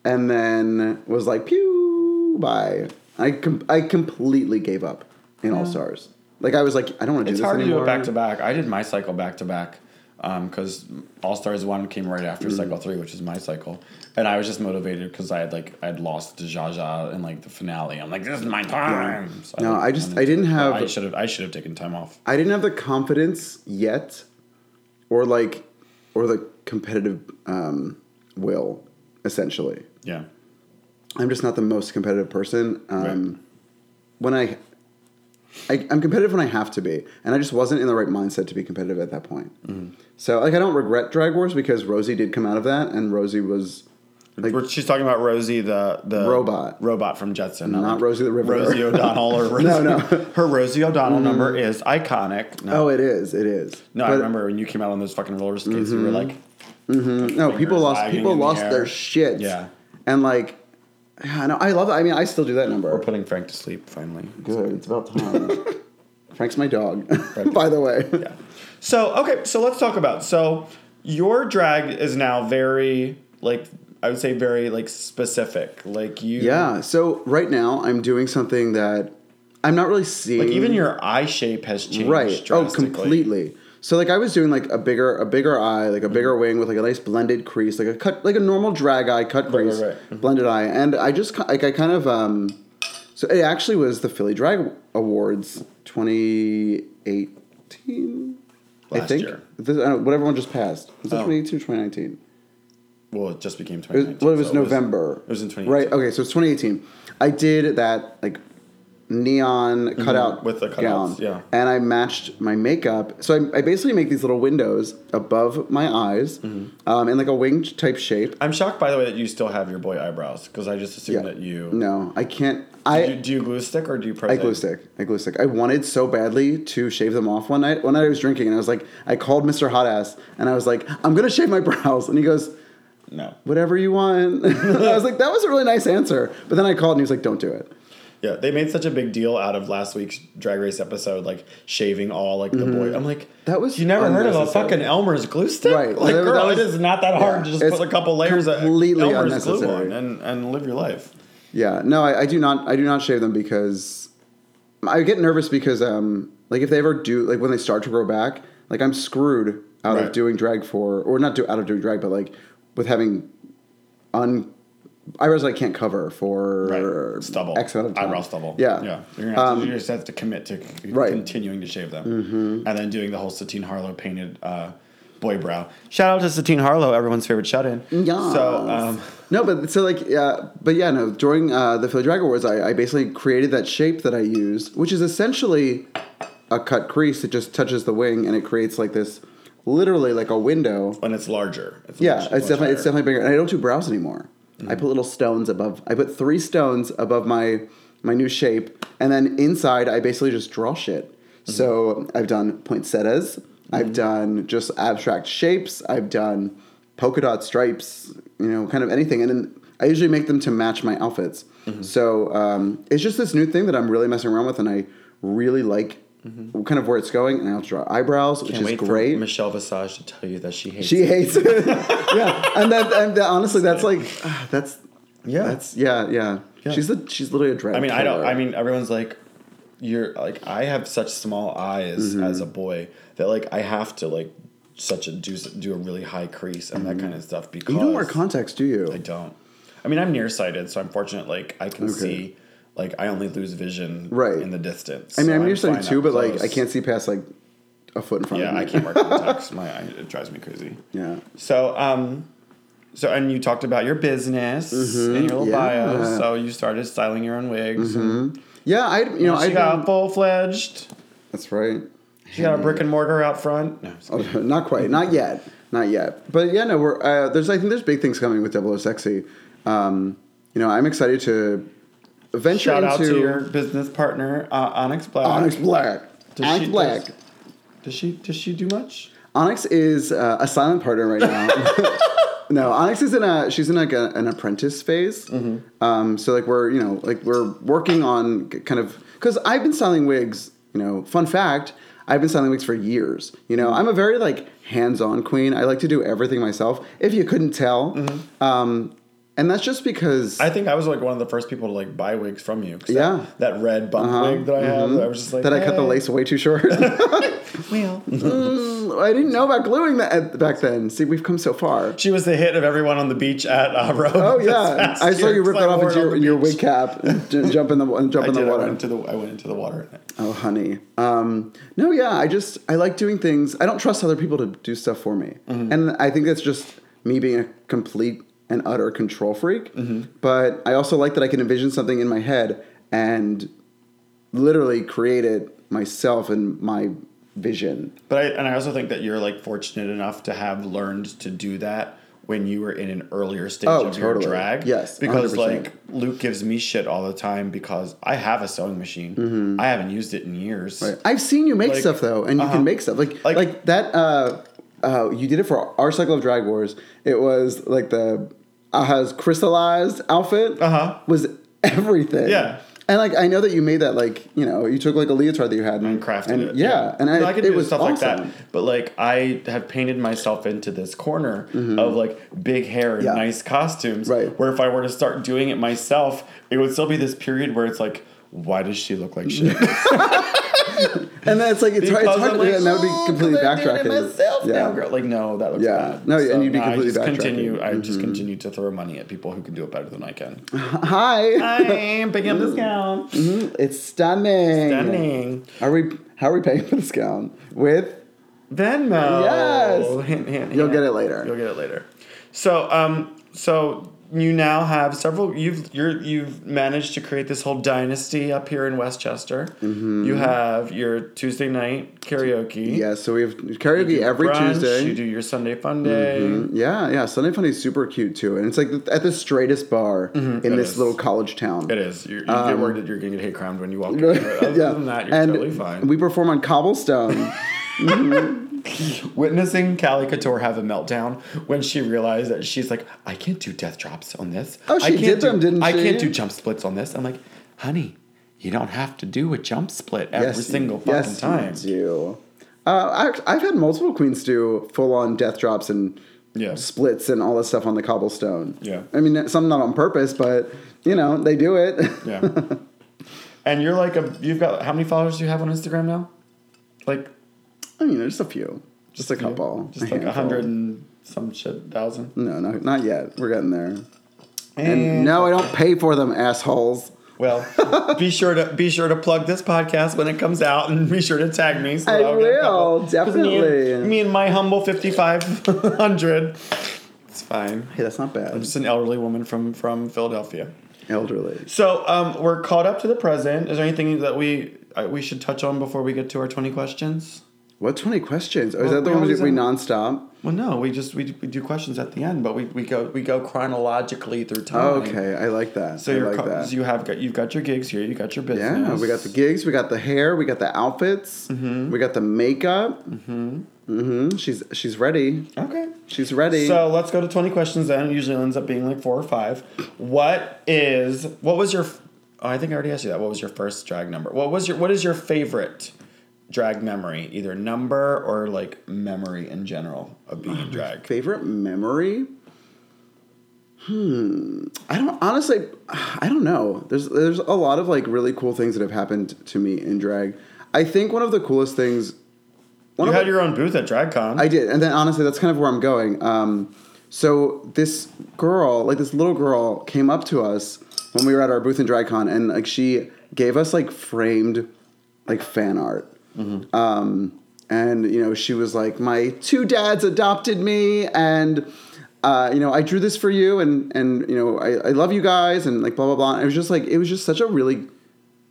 Speaker 2: and then was like, "Pew, bye." I com- I completely gave up in All Stars. Like I was like, I don't want to do
Speaker 3: It's
Speaker 2: this
Speaker 3: hard to do
Speaker 2: anymore.
Speaker 3: it back to back. I did my cycle back to back because All Stars one came right after
Speaker 2: Mm.
Speaker 3: cycle three, which is my cycle, and I was just motivated because I had like I had lost to Zsa Zsa in like the finale. I'm like, this is my time. So
Speaker 2: No,
Speaker 3: like,
Speaker 2: I just-
Speaker 3: wanted
Speaker 2: I didn't
Speaker 3: to-
Speaker 2: have-
Speaker 3: I should have. I should have taken time off.
Speaker 2: I didn't have the confidence yet, or like, or the competitive um, will. Essentially,
Speaker 3: Yeah.
Speaker 2: I'm just not the most competitive person. Um, When I, I, I'm competitive when I have to be, and I just wasn't in the right mindset to be competitive at that point.
Speaker 3: Mm-hmm.
Speaker 2: So like, I don't regret Drag Wars because Rosie did come out of that, and Rosie was like
Speaker 3: We're- She's talking about Rosie the the
Speaker 2: Robot.
Speaker 3: robot from Jetson,
Speaker 2: Not Rosie the Riveter.
Speaker 3: Oh, Rosie O'Donnell or Rosie,
Speaker 2: no. Mm-hmm.
Speaker 3: her Rosie O'Donnell number is iconic.
Speaker 2: [LAUGHS]
Speaker 3: No,
Speaker 2: Oh, it is. It is.
Speaker 3: no, I
Speaker 2: But- Mm-hmm.
Speaker 3: remember when you came out on those fucking roller skates, you were like,
Speaker 2: No, people
Speaker 3: fingers
Speaker 2: lost
Speaker 3: wagging
Speaker 2: people
Speaker 3: in the
Speaker 2: lost
Speaker 3: air.
Speaker 2: their shit.
Speaker 3: Yeah.
Speaker 2: And like I know I love that. I mean, I still do that number.
Speaker 3: We're putting Frank to sleep finally.
Speaker 2: Good. It's about time. [LAUGHS] Frank's my dog. [LAUGHS] By the way.
Speaker 3: Yeah. So okay, so let's talk about so your drag is now very like I would say very like specific. Like you
Speaker 2: Yeah. So right now I'm doing something that I'm not really seeing.
Speaker 3: like even your eye shape has changed.
Speaker 2: right. Oh,
Speaker 3: drastically.
Speaker 2: completely. So like I was doing like a bigger a bigger eye,
Speaker 3: Mm-hmm.
Speaker 2: like a bigger wing with like a nice blended crease, like a cut like a normal drag eye cut crease,
Speaker 3: right. Mm-hmm.
Speaker 2: blended eye, and I just ki- like I kind of um, so it actually was the Philly Drag Awards 2018. I
Speaker 3: Last
Speaker 2: think
Speaker 3: year.
Speaker 2: This, I don't, whatever one just passed. Was it
Speaker 3: Oh.
Speaker 2: 2018 or 2019?
Speaker 3: Well, it just became
Speaker 2: It was,
Speaker 3: 2019.
Speaker 2: well, it was
Speaker 3: so
Speaker 2: November.
Speaker 3: It was, in 2018.
Speaker 2: Right. Okay, so it's 2018. I did that like neon cutout
Speaker 3: Mm-hmm. with the cutouts,
Speaker 2: gown,
Speaker 3: yeah.
Speaker 2: and I matched my makeup. So I, I basically make these little windows above my eyes,
Speaker 3: Mm-hmm.
Speaker 2: um, in like a winged type shape.
Speaker 3: I'm shocked by the way that you still have your boy eyebrows because I just assumed that you.
Speaker 2: No, I can't.
Speaker 3: Do
Speaker 2: I
Speaker 3: you, do you glue stick or do you press?
Speaker 2: I
Speaker 3: in?
Speaker 2: glue stick. I glue stick. I wanted so badly to shave them off one night. One night I was drinking and I was like, I called Mr. Hot Ass and I was like, I'm gonna shave my [LAUGHS] brows, and he goes.
Speaker 3: No.
Speaker 2: Whatever you want. [LAUGHS] I was like, that was a really nice answer. But then I called and he was like, don't do it.
Speaker 3: Yeah, they made such a big deal out of last week's Drag Race episode, like shaving all like the boy. I'm like,
Speaker 2: Mm-hmm. That was
Speaker 3: you never heard of a
Speaker 2: unnecessary.
Speaker 3: fucking Elmer's glue stick,
Speaker 2: Right,
Speaker 3: Like,
Speaker 2: that- that
Speaker 3: girl, it
Speaker 2: was-
Speaker 3: is not that hard
Speaker 2: yeah,
Speaker 3: to just
Speaker 2: it's
Speaker 3: put a couple layers of
Speaker 2: completely
Speaker 3: Elmer's glue on
Speaker 2: unnecessary.
Speaker 3: and and live your life.
Speaker 2: Yeah, no, I, I do not. I do not shave them because I get nervous because, um, like if they ever do, like when they start to grow back, like I'm screwed out
Speaker 3: Right.
Speaker 2: of doing drag for, or not do out of doing drag, but like with having un eyebrows I can't cover for
Speaker 3: Right, stubble,
Speaker 2: X amount of time.
Speaker 3: eyebrow stubble.
Speaker 2: Yeah, Um,
Speaker 3: yeah. You're gonna have to, you just have to commit to c-
Speaker 2: Right. Mm-hmm.
Speaker 3: continuing to shave them, and then doing the whole Satine Harlow painted uh, boy brow. Shout out to Satine Harlow, everyone's favorite shut in.
Speaker 2: Yeah.
Speaker 3: So um,
Speaker 2: no, but so like yeah, but yeah, no. During uh, the Philly Drag Awards, I, I basically created that shape that I use, which is essentially a cut crease. It just touches the wing, and it creates like this, literally like a window.
Speaker 3: and it's larger. It's
Speaker 2: Yeah,
Speaker 3: much-
Speaker 2: it's
Speaker 3: much
Speaker 2: definitely it's
Speaker 3: higher.
Speaker 2: definitely bigger. And I don't do brows anymore. I
Speaker 3: Mm-hmm.
Speaker 2: put little stones above. I put three stones above my my new shape, and then inside I basically just draw shit.
Speaker 3: Mm-hmm.
Speaker 2: So I've done poinsettias. I've done just abstract shapes. I've done polka dot stripes. You know, kind of anything. And then I usually make them to match my outfits.
Speaker 3: Mm-hmm.
Speaker 2: So um, it's just this new thing that I'm really messing around with, and I really like. Kind of where it's going, and I'll draw eyebrows, which
Speaker 3: Mm-hmm. Can't
Speaker 2: is
Speaker 3: wait for
Speaker 2: great.
Speaker 3: Michelle Visage to tell you that she hates.
Speaker 2: She hates it. [LAUGHS] yeah, and that, and that, honestly, that's like ah, that's
Speaker 3: Yeah.
Speaker 2: that's yeah, yeah.
Speaker 3: Yeah.
Speaker 2: She's the she's literally a drag.
Speaker 3: I mean, I don't. I mean, everyone's like, you're like, I have such small eyes
Speaker 2: Mm-hmm.
Speaker 3: as a boy that like I have to like such a do do a really high crease and that kind of stuff because
Speaker 2: Mm-hmm. you don't wear contacts, do you?
Speaker 3: I don't. I mean, I'm nearsighted, so I'm fortunate. Like I can see. Like I only lose vision
Speaker 2: Right.
Speaker 3: in the distance.
Speaker 2: I mean,
Speaker 3: so
Speaker 2: I'm
Speaker 3: fine
Speaker 2: nearsighted
Speaker 3: up
Speaker 2: too, but like I
Speaker 3: close.
Speaker 2: can't see past like a foot in front of
Speaker 3: Yeah,
Speaker 2: me.
Speaker 3: I
Speaker 2: [LAUGHS]
Speaker 3: can't wear contacts. My eye, it drives me crazy.
Speaker 2: Yeah.
Speaker 3: So um, so and you talked about your business in your little
Speaker 2: Mm-hmm. yeah.
Speaker 3: bio. So you started styling your own wigs. and
Speaker 2: Yeah, I you know I
Speaker 3: she got full fledged.
Speaker 2: that's right.
Speaker 3: You got a brick and mortar out front. No, I'm just
Speaker 2: Oh, [LAUGHS]
Speaker 3: kidding.
Speaker 2: not quite, not yet, not yet. But yeah, no, we're uh, there's I think there's big things coming with Double O Sexy. Um, you know, I'm excited to venture
Speaker 3: shout out
Speaker 2: into
Speaker 3: to your business partner uh, Onyx Black.
Speaker 2: Onyx Black.
Speaker 3: Does
Speaker 2: Onyx
Speaker 3: she-
Speaker 2: Black.
Speaker 3: does- Does she does she do much?
Speaker 2: Onyx is uh, a silent partner right now. no, Onyx is in a she's in like a, an apprentice phase. Um, so like we're you know like we're working on k- kind of because I've been styling wigs. You know, fun fact, I've been styling wigs for years. You know, I'm a very like hands-on queen. I like to do everything myself. If you couldn't tell, um, and that's just because
Speaker 3: I think I was like one of the first people to like buy wigs from you. 'cause
Speaker 2: Yeah. Uh-huh. Mm-hmm.
Speaker 3: that, that red bump wig that I have. I was just like
Speaker 2: that I cut the
Speaker 3: "Hey."
Speaker 2: lace way too short. [LAUGHS] Mm,
Speaker 3: Well,
Speaker 2: I didn't know about gluing that at- back then. See, we've come so far.
Speaker 3: she was the hit of everyone on the beach at uh, [LAUGHS] Rome.
Speaker 2: Oh
Speaker 3: this
Speaker 2: yeah,
Speaker 3: past
Speaker 2: I saw
Speaker 3: year,
Speaker 2: you rip
Speaker 3: 'cause
Speaker 2: that
Speaker 3: I
Speaker 2: off
Speaker 3: wore
Speaker 2: into
Speaker 3: it
Speaker 2: your,
Speaker 3: on the
Speaker 2: your
Speaker 3: beach.
Speaker 2: wig cap,
Speaker 3: [LAUGHS]
Speaker 2: and j- jump in the and jump
Speaker 3: I
Speaker 2: in the
Speaker 3: did. I went
Speaker 2: water.
Speaker 3: into the I went into the water. in it.
Speaker 2: Oh honey, um, no, yeah, I just I like doing things. I don't trust other people to do stuff for me,
Speaker 3: Mm-hmm.
Speaker 2: and I think that's just me being a complete and utter control freak.
Speaker 3: Mm-hmm.
Speaker 2: But I also like that I can envision something in my head and literally create it myself and my vision.
Speaker 3: But I and I also think that you're like fortunate enough to have learned to do that when you were in an earlier stage
Speaker 2: Oh,
Speaker 3: of
Speaker 2: totally.
Speaker 3: your drag.
Speaker 2: Yes,
Speaker 3: because
Speaker 2: 100%.
Speaker 3: like Luke gives me shit all the time because I have a sewing machine.
Speaker 2: Mm-hmm.
Speaker 3: I haven't used it in years.
Speaker 2: I've seen you make
Speaker 3: Like, uh-huh.
Speaker 2: stuff though, and you can make stuff like
Speaker 3: Like-
Speaker 2: like, that. Uh, uh, you did it for our cycle of Drag Wars. It was like the Aha's crystallized outfit
Speaker 3: Uh-huh.
Speaker 2: was everything.
Speaker 3: Yeah.
Speaker 2: And like I know that you made that like you know you took like a leotard that you had
Speaker 3: and crafted
Speaker 2: and
Speaker 3: it.
Speaker 2: Yeah, and I,
Speaker 3: No, can
Speaker 2: it
Speaker 3: do
Speaker 2: was
Speaker 3: stuff like
Speaker 2: awesome.
Speaker 3: that. But like I have painted myself into this corner of like big hair and
Speaker 2: Mm-hmm. Yeah.
Speaker 3: nice costumes.
Speaker 2: Right.
Speaker 3: Where if I were to start doing it myself, it would still be this period where it's like, why does she look like shit?
Speaker 2: And then it's like it's, hard- it's
Speaker 3: Because
Speaker 2: hard
Speaker 3: I'm
Speaker 2: to do
Speaker 3: like,
Speaker 2: that, and that would
Speaker 3: "Oh,
Speaker 2: be
Speaker 3: 'cause
Speaker 2: completely
Speaker 3: I'm doing it
Speaker 2: backtracking.
Speaker 3: myself
Speaker 2: yeah.
Speaker 3: now, girl. Like no, that looks
Speaker 2: Yeah.
Speaker 3: bad.
Speaker 2: No, and you'd be
Speaker 3: no, I
Speaker 2: completely
Speaker 3: just
Speaker 2: backtracking. Mm-hmm.
Speaker 3: Continue. I just continue to throw money at people who can do it better than
Speaker 2: [LAUGHS]
Speaker 3: I can.
Speaker 2: Hi.
Speaker 3: I'm picking up this gown.
Speaker 2: Mm-hmm. It's stunning.
Speaker 3: Stunning.
Speaker 2: Are we? How are we paying for this gown? With
Speaker 3: Venmo.
Speaker 2: Yes.
Speaker 3: Hint, hint,
Speaker 2: You'll
Speaker 3: hint.
Speaker 2: get it later.
Speaker 3: You'll get it later. So, um, so you now have several. You've you're you've managed to create this whole dynasty up here in Westchester. You have your Tuesday night karaoke.
Speaker 2: Mm-hmm. yeah, so we have karaoke every
Speaker 3: brunch,
Speaker 2: Tuesday. Mm-hmm.
Speaker 3: You do your Sunday fun day.
Speaker 2: Yeah, yeah. Sunday Funny is super cute too, and it's like at the straightest bar in
Speaker 3: Mm-hmm, it
Speaker 2: this
Speaker 3: is.
Speaker 2: little college town. [LAUGHS]
Speaker 3: It is. You're, you get worried that you're going to get hate crimed when you walk in. But Other
Speaker 2: Um, yeah,
Speaker 3: than that, you're
Speaker 2: and
Speaker 3: totally fine.
Speaker 2: we perform on
Speaker 3: [LAUGHS]
Speaker 2: cobblestone.
Speaker 3: Witnessing Callie Couture have a meltdown when she realized that she's like, I can't do death drops on this.
Speaker 2: Oh,
Speaker 3: I
Speaker 2: she
Speaker 3: can't
Speaker 2: did them,
Speaker 3: do,
Speaker 2: didn't
Speaker 3: I can't
Speaker 2: she?
Speaker 3: do jump splits on this. I'm like, honey, you don't have to do a jump split every
Speaker 2: yes,
Speaker 3: single fucking
Speaker 2: yes, you
Speaker 3: time.
Speaker 2: do. Uh, I, I've had multiple queens do full-on death drops and
Speaker 3: Yeah.
Speaker 2: splits and all this stuff on the cobblestone.
Speaker 3: Yeah.
Speaker 2: I mean, some not on purpose, but you know they do it.
Speaker 3: Yeah. and you're like a you've got how many followers do you have on Instagram now? Like
Speaker 2: [LAUGHS] I mean, there's a few, just a couple,
Speaker 3: just
Speaker 2: a
Speaker 3: like
Speaker 2: handful.
Speaker 3: a hundred and some shit thousand.
Speaker 2: No, no, not yet. We're getting there. And no, I don't pay for them, assholes.
Speaker 3: Well,
Speaker 2: [LAUGHS]
Speaker 3: be sure to be sure to plug this podcast when it comes out, and be sure to tag me. So
Speaker 2: I
Speaker 3: I'll get a couple.
Speaker 2: will,
Speaker 3: 'Cause me and- Me
Speaker 2: definitely.
Speaker 3: and, my humble fifty-five hundred. It's fine.
Speaker 2: Hey, that's not
Speaker 3: I'm
Speaker 2: bad.
Speaker 3: just an elderly woman from from Philadelphia.
Speaker 2: Elderly.
Speaker 3: So um, we're caught up to the present. Is there anything that we uh, we should touch on before we get to our twenty questions?
Speaker 2: What 20 questions? Oh, is
Speaker 3: Well,
Speaker 2: that the
Speaker 3: we
Speaker 2: one we,
Speaker 3: always
Speaker 2: we
Speaker 3: have-
Speaker 2: nonstop?
Speaker 3: Well, no, we just we, we do questions at the end, but we, we go we go chronologically through time.
Speaker 2: Oh, okay. I like that.
Speaker 3: So
Speaker 2: I
Speaker 3: you're
Speaker 2: like
Speaker 3: ca-
Speaker 2: that.
Speaker 3: so you have got you've got your gigs here. You got your business.
Speaker 2: yeah, we got the gigs, we got the hair, we got the outfits, we got the makeup. Mm-hmm. Mm-hmm. She's she's ready.
Speaker 3: okay.
Speaker 2: She's ready.
Speaker 3: So let's go to 20 questions then. It usually ends up being like four or five. What is, what was your, oh, I think I already asked you that. What was your first drag number? What was your, what is your favorite drag memory? Either number or like memory in general of being in drag?
Speaker 2: favorite memory? Hmm. I don't honestly. I don't know. There's there's a lot of like really cool things that have happened to me in drag. I think one of the coolest things. One
Speaker 3: You
Speaker 2: of
Speaker 3: had
Speaker 2: the-
Speaker 3: your own booth at DragCon.
Speaker 2: I did, and then honestly, that's kind of where I'm going. Um, so this girl, like this little girl, came up to us when we were at our booth in DryCon, and like she gave us like framed, like fan art. Um, and you know, she was like, "My two dads adopted me, and uh, you know, I drew this for you, and and you know, I, I love you guys, and like blah blah blah." And it was just like it was just such a really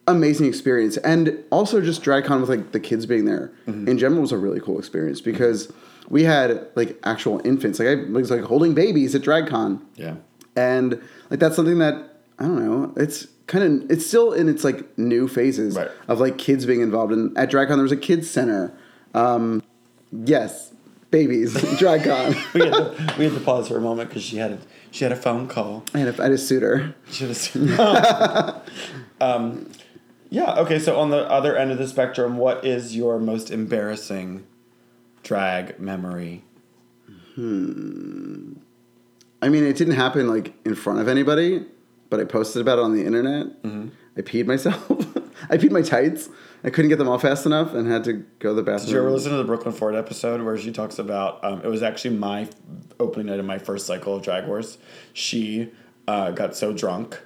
Speaker 2: amazing experience and also just DragCon with like the kids being there in general was a really cool experience because we had like actual infants like I was like holding babies at DragCon
Speaker 3: yeah.
Speaker 2: and like that's something that I don't know it's kind of it's still in its like new phases
Speaker 3: Right.
Speaker 2: of like kids being involved in at DragCon there was a kids center um yes babies [LAUGHS] DragCon
Speaker 3: We had, to, we had to pause for a moment because she had a, she had a phone call.
Speaker 2: I had a, I had a suitor
Speaker 3: She had a [LAUGHS] um, yeah. Okay. So on the other end of the spectrum, what is your most embarrassing drag memory?
Speaker 2: I mean, it didn't happen like in front of anybody, but I posted about it on the internet. I peed myself. [LAUGHS] I peed my tights. I couldn't get them off fast enough and had to go to the
Speaker 3: Did you ever
Speaker 2: bathroom.
Speaker 3: listen to the Brooklyn Ford episode where she talks about um, it was actually my f- opening night of my first cycle of Drag Wars? She uh, got so drunk.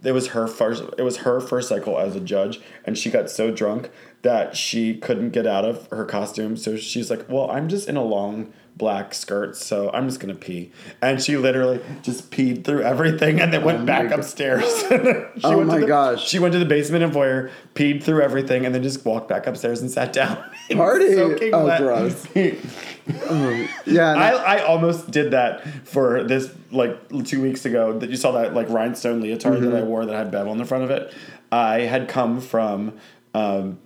Speaker 3: It was her first. It was her first cycle as a judge, and she got so drunk that she couldn't get out of her costume. So she's like, "Well, I'm just in a long black skirt, so I'm just gonna pee." And she literally just peed through everything, and then went back upstairs. [LAUGHS]
Speaker 2: [LAUGHS]
Speaker 3: she
Speaker 2: Oh
Speaker 3: went to
Speaker 2: my
Speaker 3: the-
Speaker 2: gosh.
Speaker 3: She went to the basement and foyer, peed through everything, and then just walked back upstairs and sat down. [LAUGHS]
Speaker 2: Party.
Speaker 3: Soaking
Speaker 2: Oh,
Speaker 3: wet.
Speaker 2: gross. yeah, no,
Speaker 3: [LAUGHS] I, I almost did that for this like two weeks ago that you saw that like
Speaker 2: Mm-hmm.
Speaker 3: rhinestone leotard that I wore that had bevel on the front of it. I had come from um,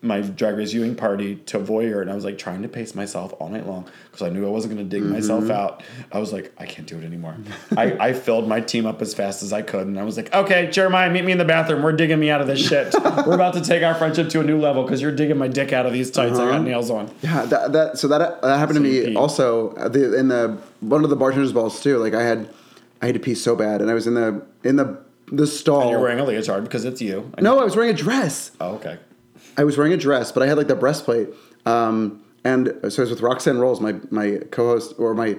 Speaker 3: my drag race viewing party to voyeur and i was like trying to pace myself all night long because i knew i wasn't going to dig
Speaker 2: Mm-hmm.
Speaker 3: myself out i was like i can't do it anymore [LAUGHS] I, I filled my team up as fast as i could and i was like okay jeremiah meet me in the bathroom we're digging me out of this shit we're about to take our friendship to a new level because you're digging my dick out of these tights
Speaker 2: Uh-huh.
Speaker 3: i got nails on
Speaker 2: Yeah, that, that so that that happened to me
Speaker 3: pee.
Speaker 2: also uh, the, in the one of the bartenders balls too. Like I had I had to pee so bad, and I was in the in the the stall.
Speaker 3: you're wearing a leotard because it's you I-
Speaker 2: no, I was wearing a dress.
Speaker 3: oh, okay
Speaker 2: I was wearing a dress, but I had like the breastplate. Um, and so I was with Roxanne Rolls, my my co-host or my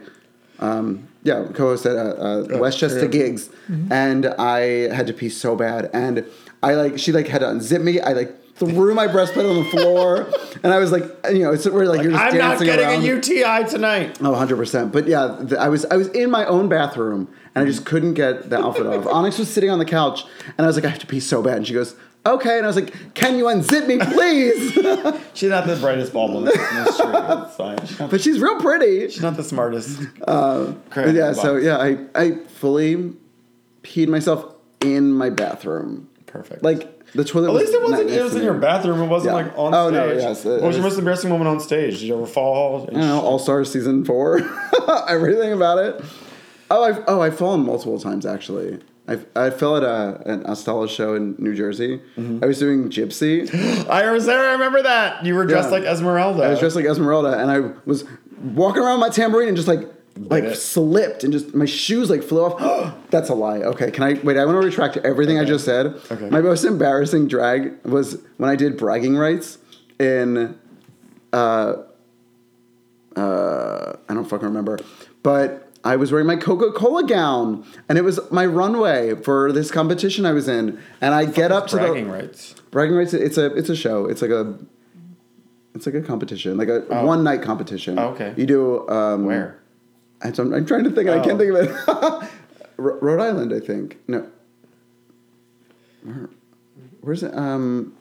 Speaker 2: um, yeah co-host at uh, uh, Westchester
Speaker 3: yeah.
Speaker 2: gigs, and I had to pee so bad, and I like she like had to unzip me. I like threw my breastplate on the
Speaker 3: [LAUGHS]
Speaker 2: floor, and I was like, you know, it's where like, you're just
Speaker 3: i'm not
Speaker 2: dancing
Speaker 3: getting
Speaker 2: around.
Speaker 3: a uti tonight
Speaker 2: Oh, 100%. But yeah, th- I was I was in my own bathroom and I just couldn't get the outfit
Speaker 3: [LAUGHS]
Speaker 2: off. Onyx was sitting on the couch and I was like, I have to pee so bad. And she goes, Okay. And I was like, Can you unzip me, please? [LAUGHS]
Speaker 3: she's not the brightest bulb on this street it's fine she's not,
Speaker 2: but she's real pretty.
Speaker 3: she's not the smartest
Speaker 2: Um, But yeah, so yeah, I, I fully peed myself in my bathroom.
Speaker 3: perfect
Speaker 2: Like, the toilet
Speaker 3: At least it wasn't.
Speaker 2: not
Speaker 3: It was in
Speaker 2: next to
Speaker 3: your
Speaker 2: me.
Speaker 3: bathroom. It wasn't
Speaker 2: Yeah.
Speaker 3: like on
Speaker 2: Oh,
Speaker 3: stage.
Speaker 2: no, yes, it- it
Speaker 3: what was your
Speaker 2: was-
Speaker 3: most embarrassing moment on stage? Did you ever fall?
Speaker 2: I don't know, All Star season four. [LAUGHS] I really think about it. Oh, I've oh I've fallen multiple times actually. I I fell at a, an Estella show in New Jersey. I was doing Gypsy.
Speaker 3: I was there. I remember that you were dressed
Speaker 2: Yeah.
Speaker 3: like Esmeralda.
Speaker 2: I was dressed like Esmeralda, and I was walking around with my tambourine and just like like
Speaker 3: it.
Speaker 2: slipped and just my shoes like flew off. [GASPS] That's a lie. Okay, can I wait? I want to retract everything I just said.
Speaker 3: Okay.
Speaker 2: My most embarrassing drag was when I did bragging rights in uh, I don't fucking remember, but I was wearing my Coca Cola gown, and it was my runway for this competition I was in. And I get up to
Speaker 3: bragging
Speaker 2: the
Speaker 3: rights.
Speaker 2: bragging rights. It's a it's a show. It's like a it's like a competition, like a one night competition.
Speaker 3: Oh, okay.
Speaker 2: You do um,
Speaker 3: Where?
Speaker 2: I'm, I'm trying to think. and I can't
Speaker 3: Oh.
Speaker 2: think of it. [LAUGHS] R- Rhode Island, I think. No. Where- Where's it? Um,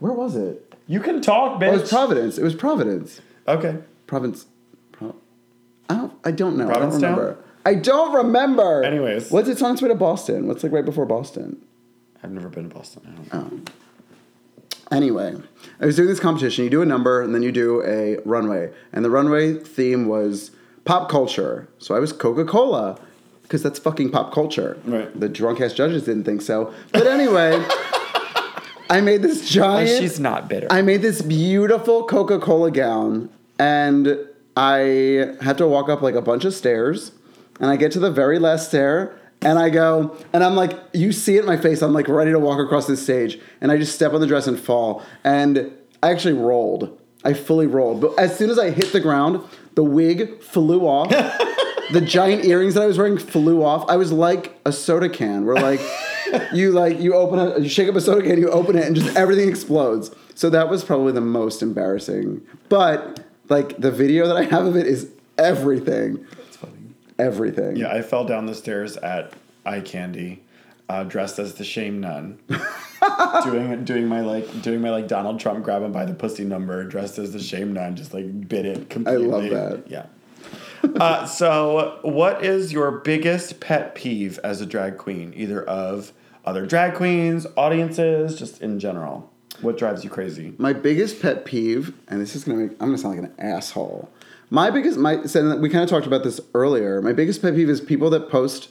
Speaker 2: where was it?
Speaker 3: You can talk,
Speaker 2: Oh,
Speaker 3: bitch.
Speaker 2: it was Providence. It was Providence.
Speaker 3: okay.
Speaker 2: Province. Pro, I don't. I don't know. I
Speaker 3: Provincetown?
Speaker 2: don't remember. I don't remember.
Speaker 3: Anyways.
Speaker 2: what's its on its way to Boston? What's like right before Boston?
Speaker 3: I've never been to Boston. I don't
Speaker 2: Anyway, I was doing this competition. You do a number, and then you do a runway, and the runway theme was pop culture. So I was Coca Cola. Because that's fucking pop culture.
Speaker 3: Right.
Speaker 2: The drunk ass judges didn't think so. But
Speaker 3: [LAUGHS]
Speaker 2: anyway, I made this
Speaker 3: know.
Speaker 2: giant.
Speaker 3: Oh, She's not bitter.
Speaker 2: I made this beautiful Coca Cola gown, and I had to walk up like a bunch of stairs, and I get to the very last stair, and I go, and I'm like, you see it in my face, I'm like ready to walk across this stage, and I just step on the dress and fall, and I actually rolled. I fully rolled, but as soon as I hit the ground, the wig flew off. [LAUGHS] the giant earrings that I was wearing flew off. I was like a soda can. Where like you like you open a you shake up a soda can, you open it, and just everything explodes. So that was probably the most embarrassing. But like the video that I have of it is everything.
Speaker 3: It's funny.
Speaker 2: Everything.
Speaker 3: Yeah, I fell down the stairs at Eye Candy, uh, dressed as the Shame Nun, doing doing my like doing my like Donald Trump grab him by the pussy number, dressed as the Shame Nun, just like bit it completely.
Speaker 2: that.
Speaker 3: Yeah. uh, so, what is your biggest pet peeve as a drag queen, either of other drag queens, audiences, just in general? What drives you crazy?
Speaker 2: My biggest pet peeve, and this is gonna make I'm gonna sound like an asshole. My biggest my so we kind of talked about this earlier. My biggest pet peeve is people that post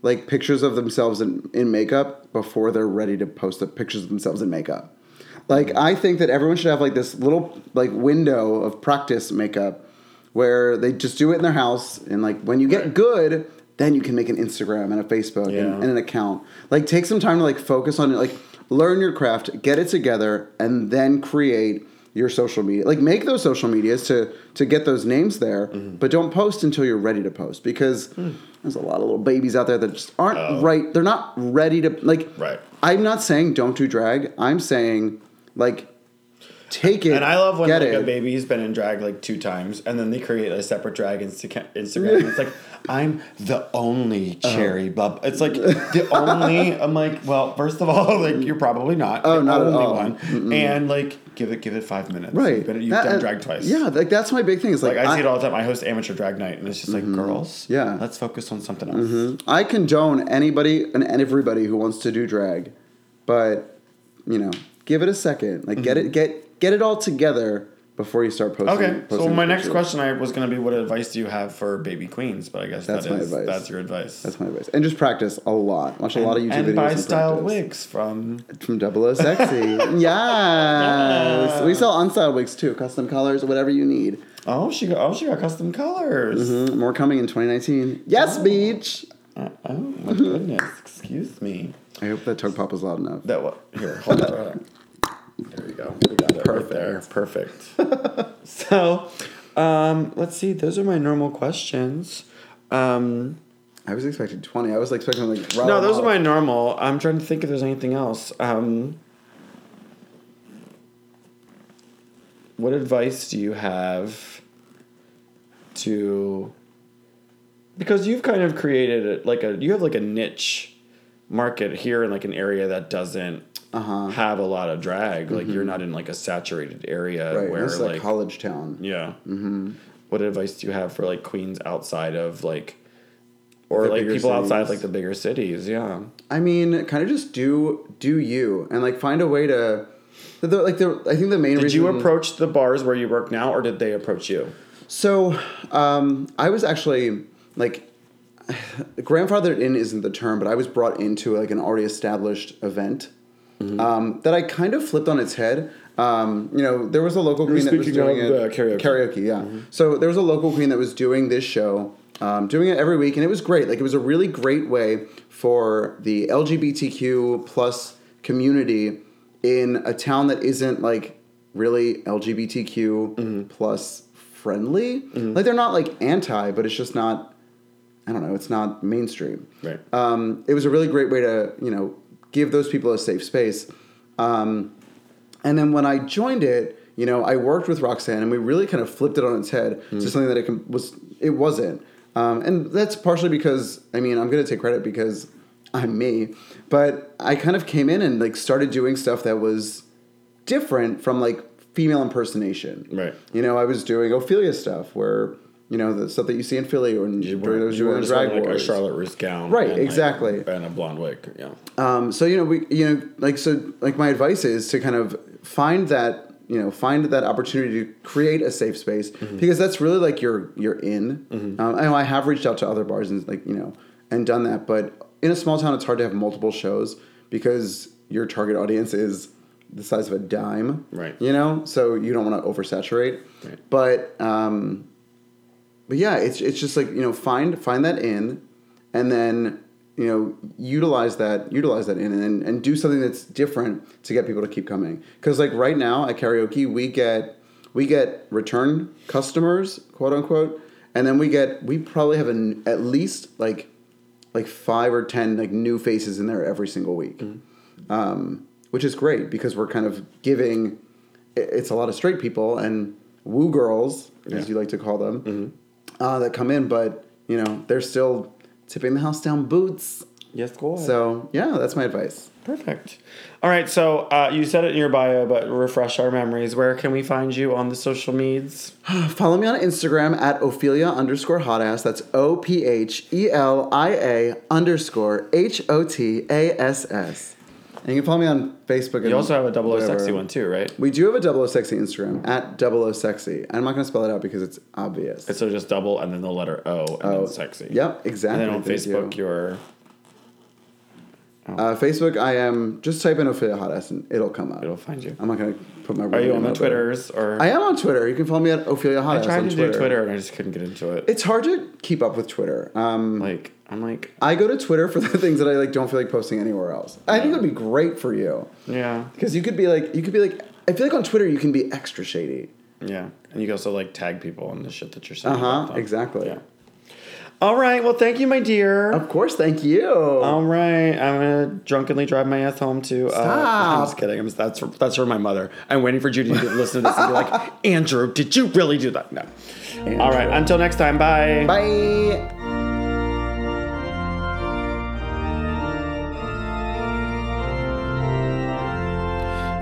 Speaker 2: like pictures of themselves in, in makeup before they're ready to post the pictures of themselves in makeup. Like I think that everyone should have like this little like window of practice makeup where they just do it in their house and like when you get good, then you can make an Instagram and a Facebook
Speaker 3: Yeah.
Speaker 2: and, and an account. Like take some time to like focus on it, like learn your craft, get it together, and then create your social media. Like make those social medias to to get those names there,
Speaker 3: Mm-hmm.
Speaker 2: but don't post until you're ready to post because
Speaker 3: Hmm.
Speaker 2: there's a lot of little babies out there that just aren't right. They're not ready to like
Speaker 3: Oh. Right.
Speaker 2: I'm not saying don't do drag. I'm saying like take it.
Speaker 3: And I love when
Speaker 2: get
Speaker 3: like a
Speaker 2: it.
Speaker 3: baby's been in drag like two times, and then they create a separate drag Insta- Instagram. and
Speaker 2: [LAUGHS]
Speaker 3: it's like I'm the only
Speaker 2: Uh-huh.
Speaker 3: cherry bub. It's like the only. I'm like, well, first of all, like you're probably not. Oh, the
Speaker 2: not at
Speaker 3: only
Speaker 2: all.
Speaker 3: one. And like, give it, give it five minutes.
Speaker 2: Right.
Speaker 3: You've, been- you've
Speaker 2: That- uh,
Speaker 3: done drag twice.
Speaker 2: Yeah, like that's my big thing. Is like,
Speaker 3: Like I, see it all the time. I host amateur drag night, and it's just like, girls,
Speaker 2: Mm-hmm. Yeah. Mm-hmm.
Speaker 3: let's focus on something else.
Speaker 2: I condone anybody and everybody who wants to do drag, but you know, give it a second. Like get it, get Get it all together before you start posting.
Speaker 3: Mm-hmm. Okay. So
Speaker 2: posting
Speaker 3: my next
Speaker 2: pictures.
Speaker 3: question I was going to be, what advice do you have for baby queens? But I guess
Speaker 2: That's
Speaker 3: that's
Speaker 2: my advice.
Speaker 3: that's your advice.
Speaker 2: That's my advice. And just practice a lot. Watch a lot of YouTube videos.
Speaker 3: and buy style
Speaker 2: practice.
Speaker 3: wigs from
Speaker 2: From 00 Sexy.
Speaker 3: [LAUGHS]
Speaker 2: yes. We sell unstyled wigs too, custom colors, whatever you need.
Speaker 3: oh she got oh she got custom colors.
Speaker 2: Mm, More coming in 2019. Yes,
Speaker 3: Oh.
Speaker 2: Beach!
Speaker 3: Uh, oh my goodness! Excuse me.
Speaker 2: I hope that tug pop was loud enough.
Speaker 3: That what? Here, hold on. hold on. There we go. We got it right there. Perfect. [LAUGHS] so, um, let's see. Those are my normal questions. Um,
Speaker 2: I was expecting 20. I was like expecting like.
Speaker 3: no, those are my normal. I'm trying to think if there's anything else. Um, what advice do you have to? Because you've kind of created a, like a you have like a niche market here in like an area that doesn't
Speaker 2: Uh-huh. Mm-hmm.
Speaker 3: have a lot of drag. Like you're not in like a saturated area
Speaker 2: Right.
Speaker 3: where
Speaker 2: this is like,
Speaker 3: like
Speaker 2: college town.
Speaker 3: yeah. Mm-hmm. What advice do you have for like queens outside of like, or
Speaker 2: The
Speaker 3: like
Speaker 2: bigger
Speaker 3: people outside
Speaker 2: cities.
Speaker 3: like the bigger cities? Yeah.
Speaker 2: I mean, kind of just do do you and like find a way to. The, the- like the, I think the main
Speaker 3: Did
Speaker 2: reason
Speaker 3: you approach the bars where you work now, or did they approach you?
Speaker 2: So, um, I was actually like grandfathered in isn't the term, but I was brought into like an already established event
Speaker 3: Mm-hmm.
Speaker 2: um, that I kind of flipped on its head. Um, you know, there was a local queen that was
Speaker 3: speaking
Speaker 2: doing
Speaker 3: of,
Speaker 2: it,
Speaker 3: uh, karaoke. Mm-hmm.
Speaker 2: Karaoke, yeah. So there was a local queen that was doing this show, um, doing it every week, and it was great. Like it was a really great way for the LGBTQ plus community in a town that isn't like really LGBTQ
Speaker 3: Mm-hmm.
Speaker 2: plus friendly. Like they're not like anti, but it's just not. I don't know. It's not mainstream.
Speaker 3: Right.
Speaker 2: Um, it was a really great way to you know give those people a safe space. Um, and then when I joined it, you know, I worked with Roxanne, and we really kind of flipped it on its head
Speaker 3: Hmm.
Speaker 2: to something that it can, was it wasn't. Um, and that's partially because I mean I'm gonna take credit because I'm me, but I kind of came in and like started doing stuff that was different from like female impersonation.
Speaker 3: Right.
Speaker 2: You know, I was doing Ophelia stuff where you know the stuff that you see in Philly or in, during
Speaker 3: You
Speaker 2: those
Speaker 3: were
Speaker 2: doing
Speaker 3: just
Speaker 2: drag
Speaker 3: wearing, like a
Speaker 2: wars.
Speaker 3: Charlotte Russe gown,
Speaker 2: Right,
Speaker 3: and, like,
Speaker 2: exactly.
Speaker 3: and a blonde wig. Yeah.
Speaker 2: Um, so you know, we you know, like so, like my advice is to kind of find that you know find that opportunity to create a safe space
Speaker 3: Mm-hmm.
Speaker 2: because that's really like your your in. Um, I know I have reached out to other bars and like you know and done that, but in a small town, it's hard to have multiple shows because your target audience is the size of a dime.
Speaker 3: Right.
Speaker 2: You know, so you don't want to oversaturate.
Speaker 3: Right.
Speaker 2: But um, but yeah, it's it's just like you know find find that in, and then you know utilize that utilize that in and and do something that's different to get people to keep coming. Because like right now at karaoke we get we get return customers quote unquote, and then we get we probably have an at least like like five or ten like new faces in there every single week, um, which is great because we're kind of giving. it- It's a lot of straight people and woo girls, as you like to call them,
Speaker 3: Mm-hmm.
Speaker 2: uh, that come in, but you know they're still tipping the house down boots.
Speaker 3: Yes, go ahead.
Speaker 2: So yeah, that's my advice. [SIGHS]
Speaker 3: Perfect. All right. So uh, you said it in your bio, but refresh our memories. Where can we find you on the social medias?
Speaker 2: Follow me on Instagram at Ophelia underscore hot ass. That's O P H E L I A underscore H O T A S S. And you can follow me on Facebook. And
Speaker 3: You also have a double O sexy
Speaker 2: whatever.
Speaker 3: one too, right?
Speaker 2: We do have a 00 sexy Instagram at 00 sexy. I'm not going to spell it out because it's obvious.
Speaker 3: So just double and then the letter O and then sexy.
Speaker 2: Yep,
Speaker 3: And
Speaker 2: Oh, exactly.
Speaker 3: then on
Speaker 2: Thank you.
Speaker 3: Facebook, you're
Speaker 2: uh, Facebook, I am just type in Ophelia Hot Ass and it'll come up.
Speaker 3: it'll find you.
Speaker 2: I'm not going to put my.
Speaker 3: Are
Speaker 2: real
Speaker 3: you
Speaker 2: name
Speaker 3: on the
Speaker 2: out there.
Speaker 3: Twitters or?
Speaker 2: I am on Twitter. You can follow me at Ophelia Hot
Speaker 3: I
Speaker 2: Ass
Speaker 3: tried
Speaker 2: on
Speaker 3: to
Speaker 2: Twitter.
Speaker 3: do Twitter and I just couldn't get into it.
Speaker 2: It's hard to keep up with Twitter. Um,
Speaker 3: like I'm like
Speaker 2: I go to Twitter for [LAUGHS] the things that I like. Don't feel like posting anywhere else. I think it'd be great for you
Speaker 3: yeah
Speaker 2: because you could be like you could be like. I feel like on Twitter you can be extra shady.
Speaker 3: yeah, and you can also like tag people on the shit that you're saying.
Speaker 2: Uh
Speaker 3: about
Speaker 2: huh.
Speaker 3: them.
Speaker 2: Exactly.
Speaker 3: Yeah. All right. Well, thank you, my dear.
Speaker 2: Of course. Thank you.
Speaker 3: All right. I'm gonna drunkenly drive my ass home to. Uh, [LAUGHS]
Speaker 2: Stop.
Speaker 3: I'm just kidding. I'm, that's for, that's for my mother. I'm waiting for Judy to listen to this and be [LAUGHS] like, Andrew, did you really do that? No. All right.
Speaker 2: Andrew.
Speaker 3: Until next time. Bye.
Speaker 2: Bye.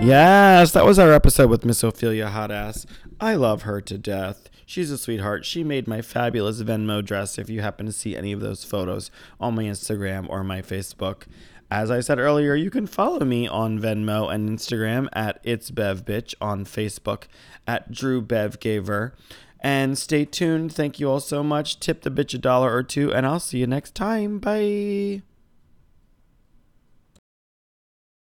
Speaker 1: Yes, that was our episode with Miss Ophelia Hot Ass. I love her to death. She's a sweetheart. She made my fabulous Venmo dress if you happen to see any of those photos on my Instagram or my Facebook. As I said earlier, you can follow me on Venmo and Instagram at It's Bev Bitch, on Facebook at Drew Bev Gaver. And stay tuned. Thank you all so much. Tip the bitch a dollar or two, and I'll see you next time. Bye.